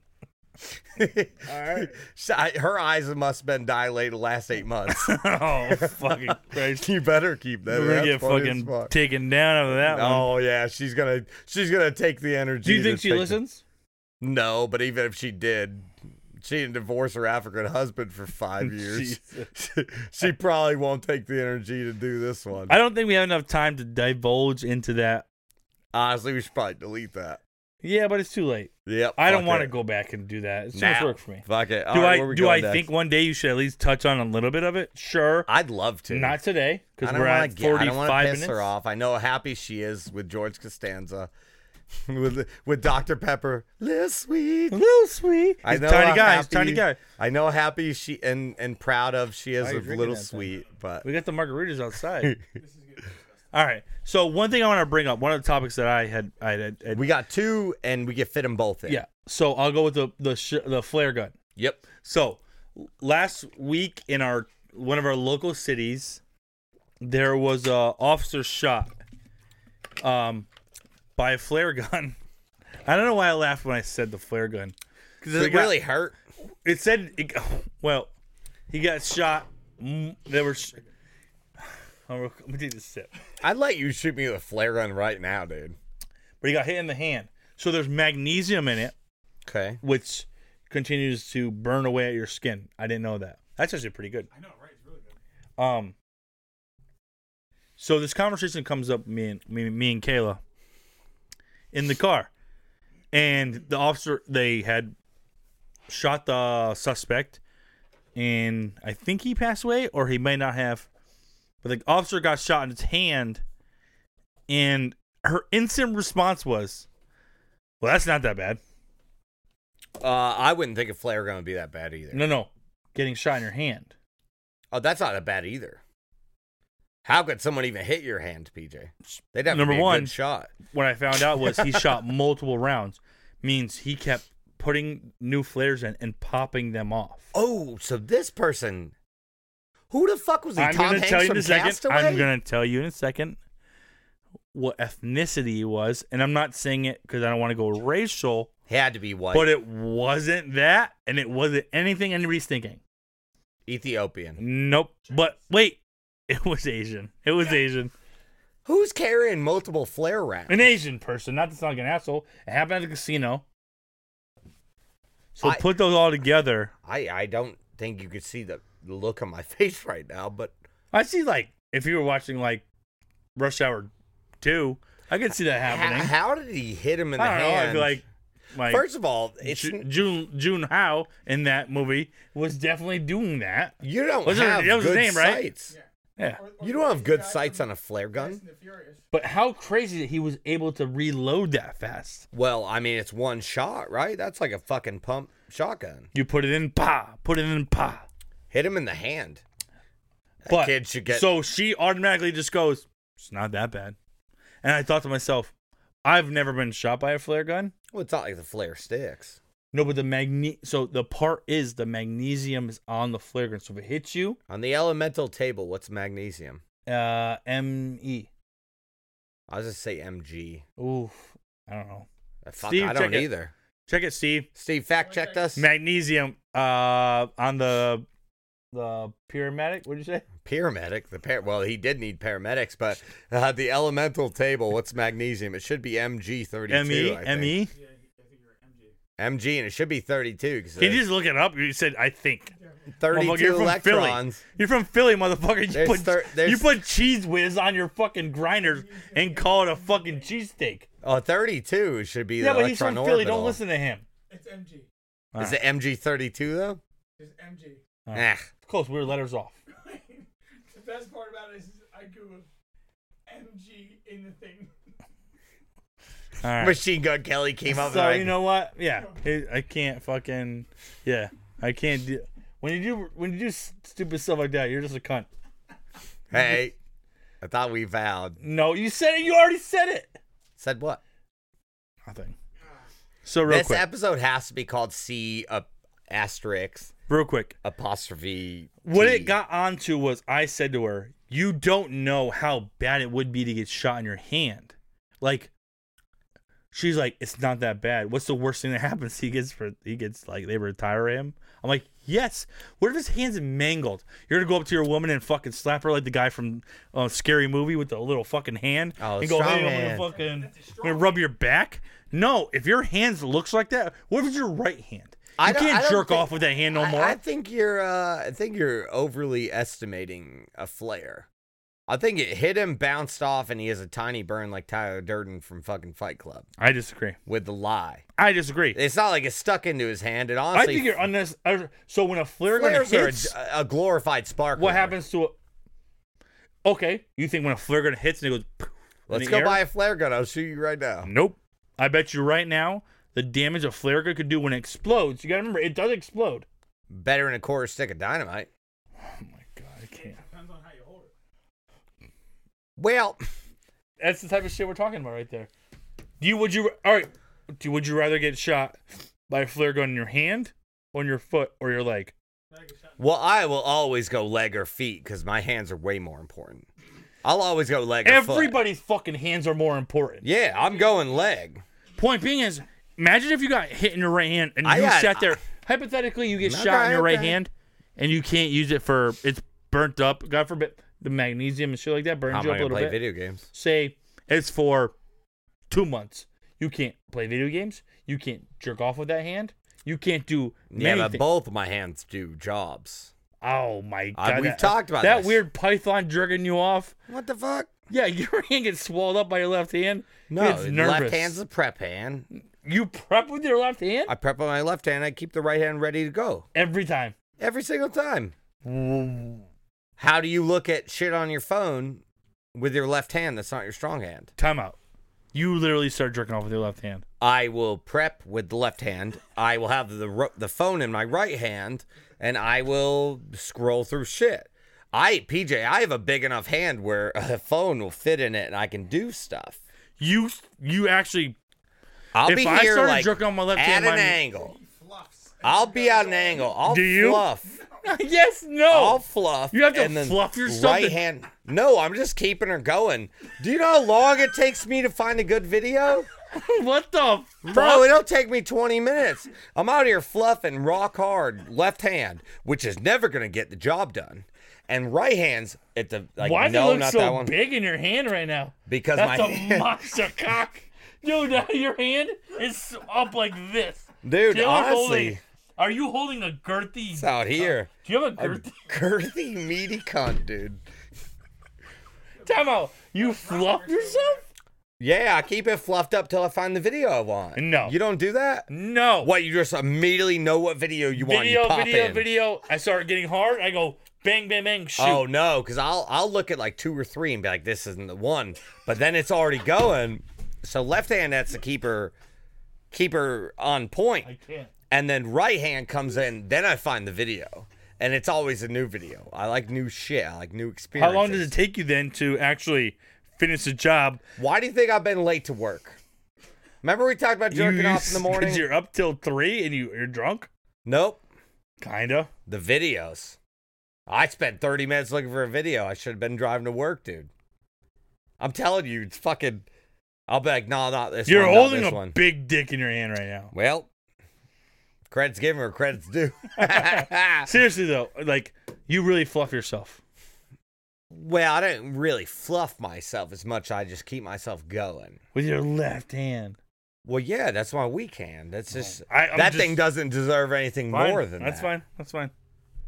All right.
She- I- her eyes must have been dilated the last eight months.
oh fucking Christ.
you better keep that.
We're gonna
That's
get
funny as
fucking
fuck.
taken down out of that one.
Oh yeah, she's gonna she's gonna take the energy.
Do you
to
think she
take the-
listens?
No, but even if she did, she didn't divorce her African husband for five years.
Jesus.
she, she probably won't take the energy to do this one.
I don't think we have enough time to divulge into that.
Honestly, we should probably delete that.
Yeah, but it's too late.
Yep.
I
fuck
don't want
it.
to go back and do that. It's too much
Now.
work for me.
Fuck it.
do
All right,
I
where we
do
going
I
next?
think one day you should at least touch on a little bit of it? Sure.
I'd love to.
Not today because
I
we're
don't wanna
at
get- I
forty
don't wanna
five
piss
minutes.
her off. I know how happy she is with George Costanza, with with Dr Pepper. Little sweet.
little sweet.
I
He's
know
a tiny
how
guy. He's
Happy,
a tiny guy.
I know how happy she and and proud of she is
Why are you
of
drinking
Little
that thing?
Sweet, but
We got the margaritas outside. All right. So one thing I want to bring up, one of the topics that I had, I had, had-
we got two and we get fit them both in.
yeah. So I'll go with the the sh- the flare gun.
Yep.
So last week in our one of our local cities, there was a officer shot, um, by a flare gun. I don't know why I laughed when I said the flare gun. Because
Does it really hurt?
it said it, well he got shot mm, there were sh- I'm gonna- let me take this sip
I'd let you shoot me with a flare gun right now, dude.
but he got hit in the hand so there's magnesium in it
Okay.
which continues to burn away at your skin i didn't know that that's actually pretty good i know right it's really good um so this conversation comes up me and me, me and kayla in the car and the officer they had shot the suspect and i think he passed away or he may not have but the officer got shot in his hand and her instant response was well that's not that bad
Uh, I wouldn't think a flare gun would be that bad either.
no no getting shot in your hand
Oh, that's not that bad either. How could someone even hit your hand, PJ? They'd have
Number
to be a
one.
good shot.
what i found out was he shot multiple rounds means he kept putting new flares in and popping them off
Oh, so this person, who the fuck was he?
I'm
Tom
gonna
Hanks
tell you in
from
a second.
Castaway?
I'm gonna tell you in a second what ethnicity he was, and I'm not saying it because I don't want to go racial,
He had to be white,
but it wasn't that, and it wasn't anything anybody's thinking.
Ethiopian.
Nope. But wait, it was Asian. It was Asian.
Who's carrying multiple flare rounds?
An Asian person. Not to sound like an asshole. It happened at a casino. So
I-
put those all together.
I I don't think you could see the the look on my face right now, but
I see like if you were watching like Rush Hour Two, I could see that
ho-
happening.
how did he hit him in the
I don't know. I'd
hand?
be like, like
First of all, it's
Ju- June June Howe in that movie was definitely doing that.
you don't
Wasn't it-
have
that was his
good
name, right?
sights.
Yeah.
You don't have good sights on a flare gun.
But how crazy that he was able to reload that fast.
Well, I mean, it's one shot, right? That's like a fucking pump shotgun.
You put it in pa, put it in pa.
Hit him in the hand. That
But
kid should get.
so she automatically just goes, It's not that bad. And I thought to myself, I've never been shot by a flare gun.
well, it's not like the flare sticks.
No, but the magne so the part is the magnesium is on the flare gun. So if it hits you,
On the elemental table, what's magnesium?
uh M E.
I was just say MG.
Oof. I don't know.
Fuck,
Steve,
I
check
don't
it.
either.
Check it, Steve.
Steve fact checked us.
magnesium uh on the the pyramid what did you say
paramedic. The par- well, he did need paramedics, but uh, the elemental table. What's magnesium? It should be Mg thirty-two.
me
I think.
me
Mg, and it should be thirty-two because
can you just look it up you said i think Motherfucker,
thirty-two
you're from philly
electrons.
you're from philly motherfucker you
There's
put,
thir- there's-
you put cheese whiz on your fucking grinders and call it a fucking cheesesteak
Oh, 32 should be
yeah
the
but he's from
electron
philly don't
orbital.
listen to him
It's MG.
Is it Mg thirty-two though?
It's MG.
Alright.
Eh.
close we were letters off
the best part about it is I googled MG in the thing.
all right
Machine Gun Kelly came up.
so
like,
you know what yeah it- i can't fucking yeah i can't do when you do when you do s- stupid stuff like that you're just a cunt
hey, I thought we vowed.
no you said it you already said it
Said what?
Nothing. So real
this
quick,
episode has to be called C up asterisk
real quick.
apostrophe.
What
T.
it got onto was I said to her, "You don't know how bad it would be to get shot in your hand." Like, she's like, "It's not that bad. What's the worst thing that happens? He gets for he gets like they retire him." I'm like, "Yes. What if his hands mangled? You're gonna go up to your woman and fucking slap her like the guy from uh, Scary Movie with the little fucking hand
Oh,
and go,
strong
"Hey, I'm
hand."
gonna fucking I'm gonna rub your back." No, if your hands looks like that, what if it's your right hand?
I
You
don't- I
can't
don't
jerk
think-
off with that handle,
I-
Mark.
I, think you're. Uh, I think you're overly estimating a flare. I think it hit him, bounced off, and he has a tiny burn like Tyler Durden from fucking Fight Club
I disagree.
with the lie.
I disagree.
It's not like it's stuck into his hand. It
I
honestly,
think you're unnecessary. So when a flare gun
flares are
hits,
a, a glorified spark.
what
plug.
happens to a? Okay, you think when a flare gun hits and it goes? poof in
Let's
the
go
air?
buy a flare gun. I'll shoot you right now.
Nope. I bet you right now the damage a flare gun could do when it explodes. You gotta remember it does explode.
Better than a quarter stick of dynamite.
Oh my god, I can't.
Depends on how you hold it.
Well,
That's the type of shit we're talking about right there. Do you would you all right? Do would you rather get shot by a flare gun in your hand, on your foot, or your leg?
Like a shot.
well, I will always go leg or feet because my hands are way more important. I'll always go leg or foot.
Everybody's fucking hands are more important.
Yeah, I'm going leg.
Point being is, imagine if you got hit in your right hand and
I
you
got-
sat there. hypothetically, you get
Okay,
shot in your right
okay.
hand and you can't use it for it's burnt up. God forbid the magnesium and shit like that
How
burns
am
you
I
up a
gonna
little
play
bit.
video games?
Say it's for two months. You can't play video games. You can't jerk off with that hand. You can't do
Yeah,
many
but
thi-
both my hands do jobs.
Oh my
Uh,
god!
we've
that-
talked about
that
this.
weird python jerking you off.
What the fuck?
Yeah, your hand gets swallowed up by your left hand.
No,
it's nervous.
left hand's the prep hand.
You prep with your left hand
I prep with my left hand. I keep the right hand ready to go
every time.
every single time. How do you look at shit on your phone with your left hand? That's not your strong hand.
Time out. You literally start jerking off with your left hand.
I will prep with the left hand. I will have the ro- the phone in my right hand, and I will scroll through shit. I PJ, I have a big enough hand where a phone will fit in it, and I can do stuff.
You you actually
I'll
If
be
I
here
started
like
jerking on my left
at
hand,
an
mine-
angle.
Fluffs.
I'll be at an angle. I'll
Do you?
fluff.
yes no.
I'll fluff.
You have to
and then
fluff yourself to-
Right hand. No, I'm just keeping her going. Do you know how long it takes me to find a good video?
what the fuck?
Bro, it'll take me 20 minutes. I'm out here fluffing rock hard left hand, which is never gonna get the job done. And right hands at the like
Why
no,
does it look
not
so
that one.
big in your hand right now?
Because
That's
my
a
hand-
monster cock. Dude, now your hand is up like this.
Dude,
You're holding-
honestly,
are you holding a girthy?
it's out here.
Do you have a girthy?
Girthy meaty cunt, dude.
Time out. You fluff yourself?
Yeah, I keep it fluffed up till I find the video I want.
No.
You don't do that?
No.
What, you just immediately know what video you want and you
Video,
pop
video,
in?
video. I start getting hard. I go bang, bang, bang, shoot.
Oh no, because I'll I'll look at like two or three and be like, this isn't the one. But then it's already going. So left hand that's the keeper keeper on
I
point.
can't.
And then right hand comes in, then I find the video. And it's always a new video. I like new shit. I like new
How
experiences.
long does it take you then to actually finish the job?
Why do you think I've been late to work? Remember we talked about jerking
You-
off in the morning?
You're up till three and you, you're drunk?
Nope.
Kinda.
The videos. I spent 30 minutes looking for a video. I should have been driving to work, dude. I'm telling you, it's fucking. I'll be like, no, not this
You're
one. not
holding
this
a
one.
big dick in your hand right now.
Well, credits given or credits due.
Seriously though, like you really fluff yourself.
well, I don't really fluff myself as much. I just keep myself going.
with your left hand.
Well, yeah, that's my weak hand. That's just.
I- I'm
that
just-
thing doesn't deserve anything
Fine.
more than
that's
that.
fine. That's fine.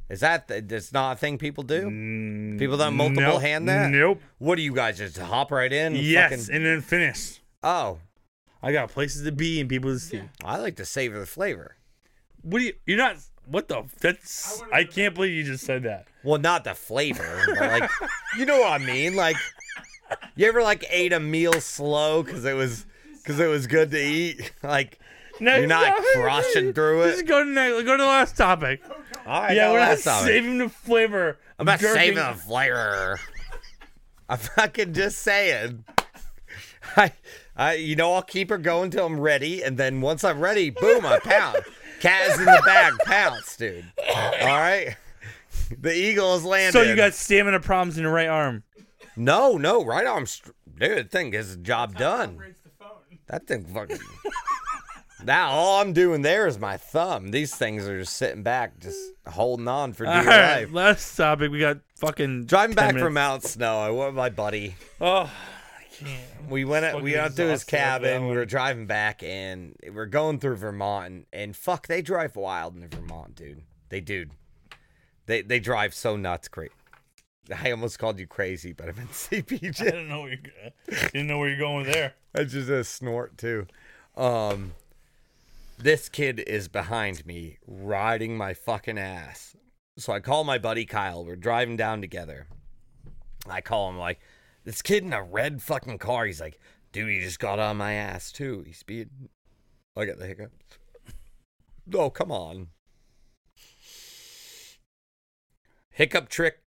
Is that. That's not a thing people do?
Mm,
People don't multiple
nope,
hand that?
Nope.
What do you guys just hop right in? and
Yes,
fucking-
and then finish.
oh,
I got places to be and people to see.
I like to savor the flavor.
What do you? You're not. What the? That's. I can't believe you just said that.
Well, not the flavor, but like you know what I mean. Like you ever like ate a meal slow because it was because it was good to eat. Like
No,
You're not crushing through it?
Just go to next, go to the last topic.
all right,
yeah,
no,
we're not
that's not it.
saving the flavor.
I'm not
jerking-
saving the flavor. I'm fucking just saying. I, I, you know, I'll keep her going till I'm ready, and then once I'm ready, boom, I pound. Cat is in the bag, pounce, dude. All right, the eagle is landed.
So you got stamina problems in your right arm.
no, no, right arm, str- dude. that Thing gets the job done.
Operates the phone.
That thing fucking. now all I'm doing there is my thumb. These things are just sitting back, just holding on for dear
All right,
life.
last topic. We got fucking 10
Driving back from
minutes.
Mount Snow, I went with my buddy.
Oh, I can't.
we went out, we
fucking
went out to his
exhausted after that
cabin. We
one.
were driving back, and we're going through Vermont, and, and fuck, they drive wild in Vermont, dude. They dude, they they drive so nuts. Great. I almost called you crazy, but I meant
I
CPJ.
didn't know where you're, I didn't know where you're going there.
That's just a snort too. Um, this kid is behind me, riding my fucking ass. So I call my buddy Kyle. We're driving down together. I call him like, this kid in a red fucking car. He's like, dude, he just got on my ass too. He's speeding. I got the hiccups. Oh, come on. Hiccup trick.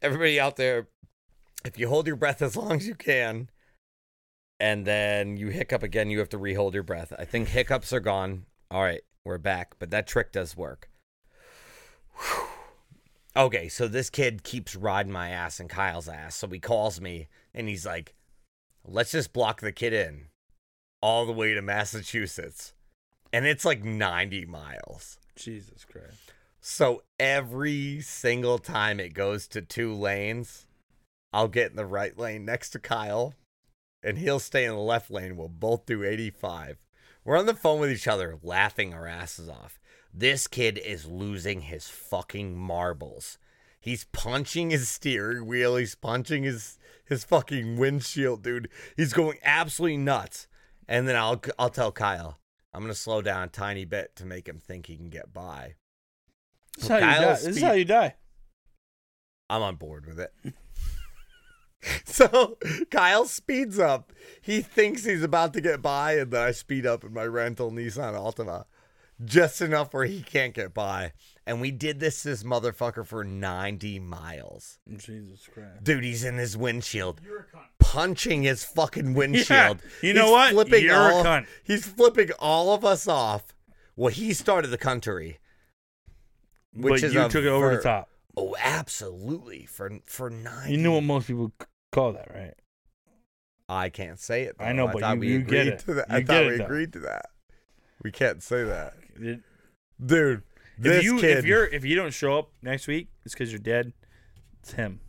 Everybody out there, if you hold your breath as long as you can, and then you hiccup again, you have to rehold your breath. I think hiccups are gone. All right, we're back, but that trick does work. Whew. Okay, so this kid keeps riding my ass and Kyle's ass. So he calls me and he's like, let's just block the kid in all the way to Massachusetts. And it's like 90 miles.
Jesus Christ.
So every single time it goes to two lanes, I'll get in the right lane next to Kyle, and he'll stay in the left lane. We'll both do 85. We're on the phone with each other, laughing our asses off. This kid is losing his fucking marbles. He's punching his steering wheel. He's punching his his fucking windshield, dude. He's going absolutely nuts. And then I'll I'll tell Kyle, I'm gonna slow down a tiny bit to make him think he can get by.
This is how you
Kyle
die. This is
speed-
how you die.
I'm on board with it. so Kyle speeds up. He thinks he's about to get by, and then I speed up in my rental Nissan Altima just enough where he can't get by. And we did this this motherfucker for 90 miles.
Jesus Christ.
Dude, he's in his windshield,
You're a cunt.
punching his fucking windshield.
You know what? You're a
all-
cunt.
He's flipping all of us off. Well, he started the country.
but
Which is
you
a
took it over
verb.
the top.
Oh, absolutely. For for nine.
You know what most people c- call that, right?
I can't say it. Though.
I know, but
thought
you-
we
you
agreed
get it.
to that. I
You
thought
get
we
it, though.
agreed to that. We can't say that,
If
dude. This
you
kid.
if you're if you don't show up next week, it's because you're dead. It's him.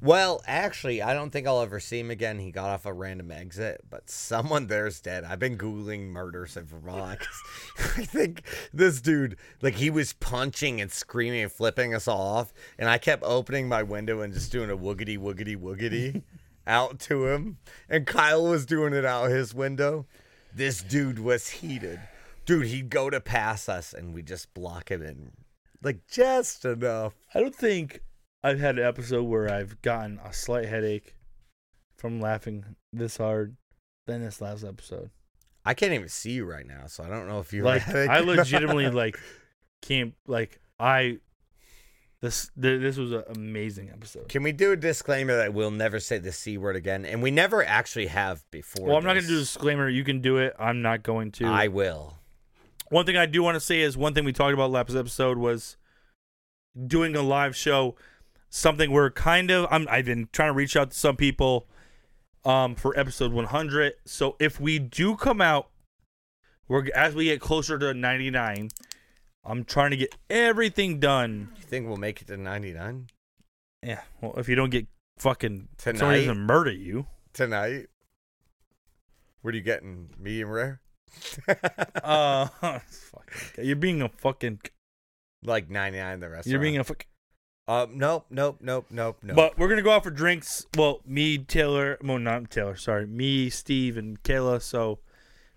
well, actually, I don't think I'll ever see him again. He got off a random exit, but someone there's dead. I've been googling murders in Vermont. 'cause I think this dude, like, he was punching and screaming and flipping us all off, and I kept opening my window and just doing a woogity woogity woogity out to him, and Kyle was doing it out his window. This dude was heated. Dude, he'd go to pass us and we just block him in. Like just enough.
I don't think I've had an episode where I've gotten a slight headache from laughing this hard than this last episode.
I can't even see you right now, so I don't know if you're
like
right.
I legitimately like can't like I this th- this was an amazing episode.
Can we do a disclaimer that we'll never say the C word again? And we never actually have before.
Well, I'm not gonna
this.
do a disclaimer. You can do it. I'm not going to.
I will.
one thing I do want to say is one thing we talked about last episode was doing a live show. Something we're kind of I'm I've been trying to reach out to some people um for episode 100. So if we do come out, we're as we get closer to 99. I'm trying to get everything done.
You think we'll make it to 99
Yeah. Well, if you don't get fucking
Tonight?
somebody doesn't murder you.
tonight? What are you getting? Medium rare?
Uh, fuck, you're being a fucking.
like 99 the rest.
you're being a fuck.
Um, nope, nope, nope, nope, nope.
But we're gonna go out for drinks. Well, me, Taylor. Well, not Taylor. Sorry, me, Steve, and Kayla. So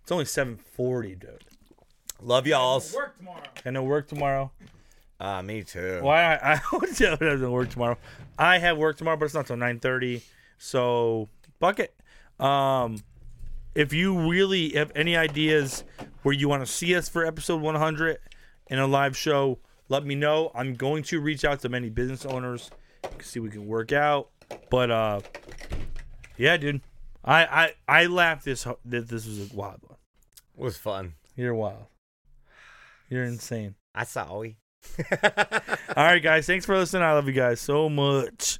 it's only seven forty, dude.
Love y'all.
I'll work tomorrow.
I know work tomorrow.
Uh, me too.
Why I, I Taylor doesn't work tomorrow. I have work tomorrow, but it's not till nine thirty. So fuck it. Um, if you really have any ideas where you want to see us for episode one hundred in a live show, let me know. I'm going to reach out to many business owners to see what we can work out. But uh, yeah, dude, I I I laughed this ho- that this was a wild one.
was fun.
You're wild. You're insane.
I saw we.
All right, guys, thanks for listening. I love you guys so much.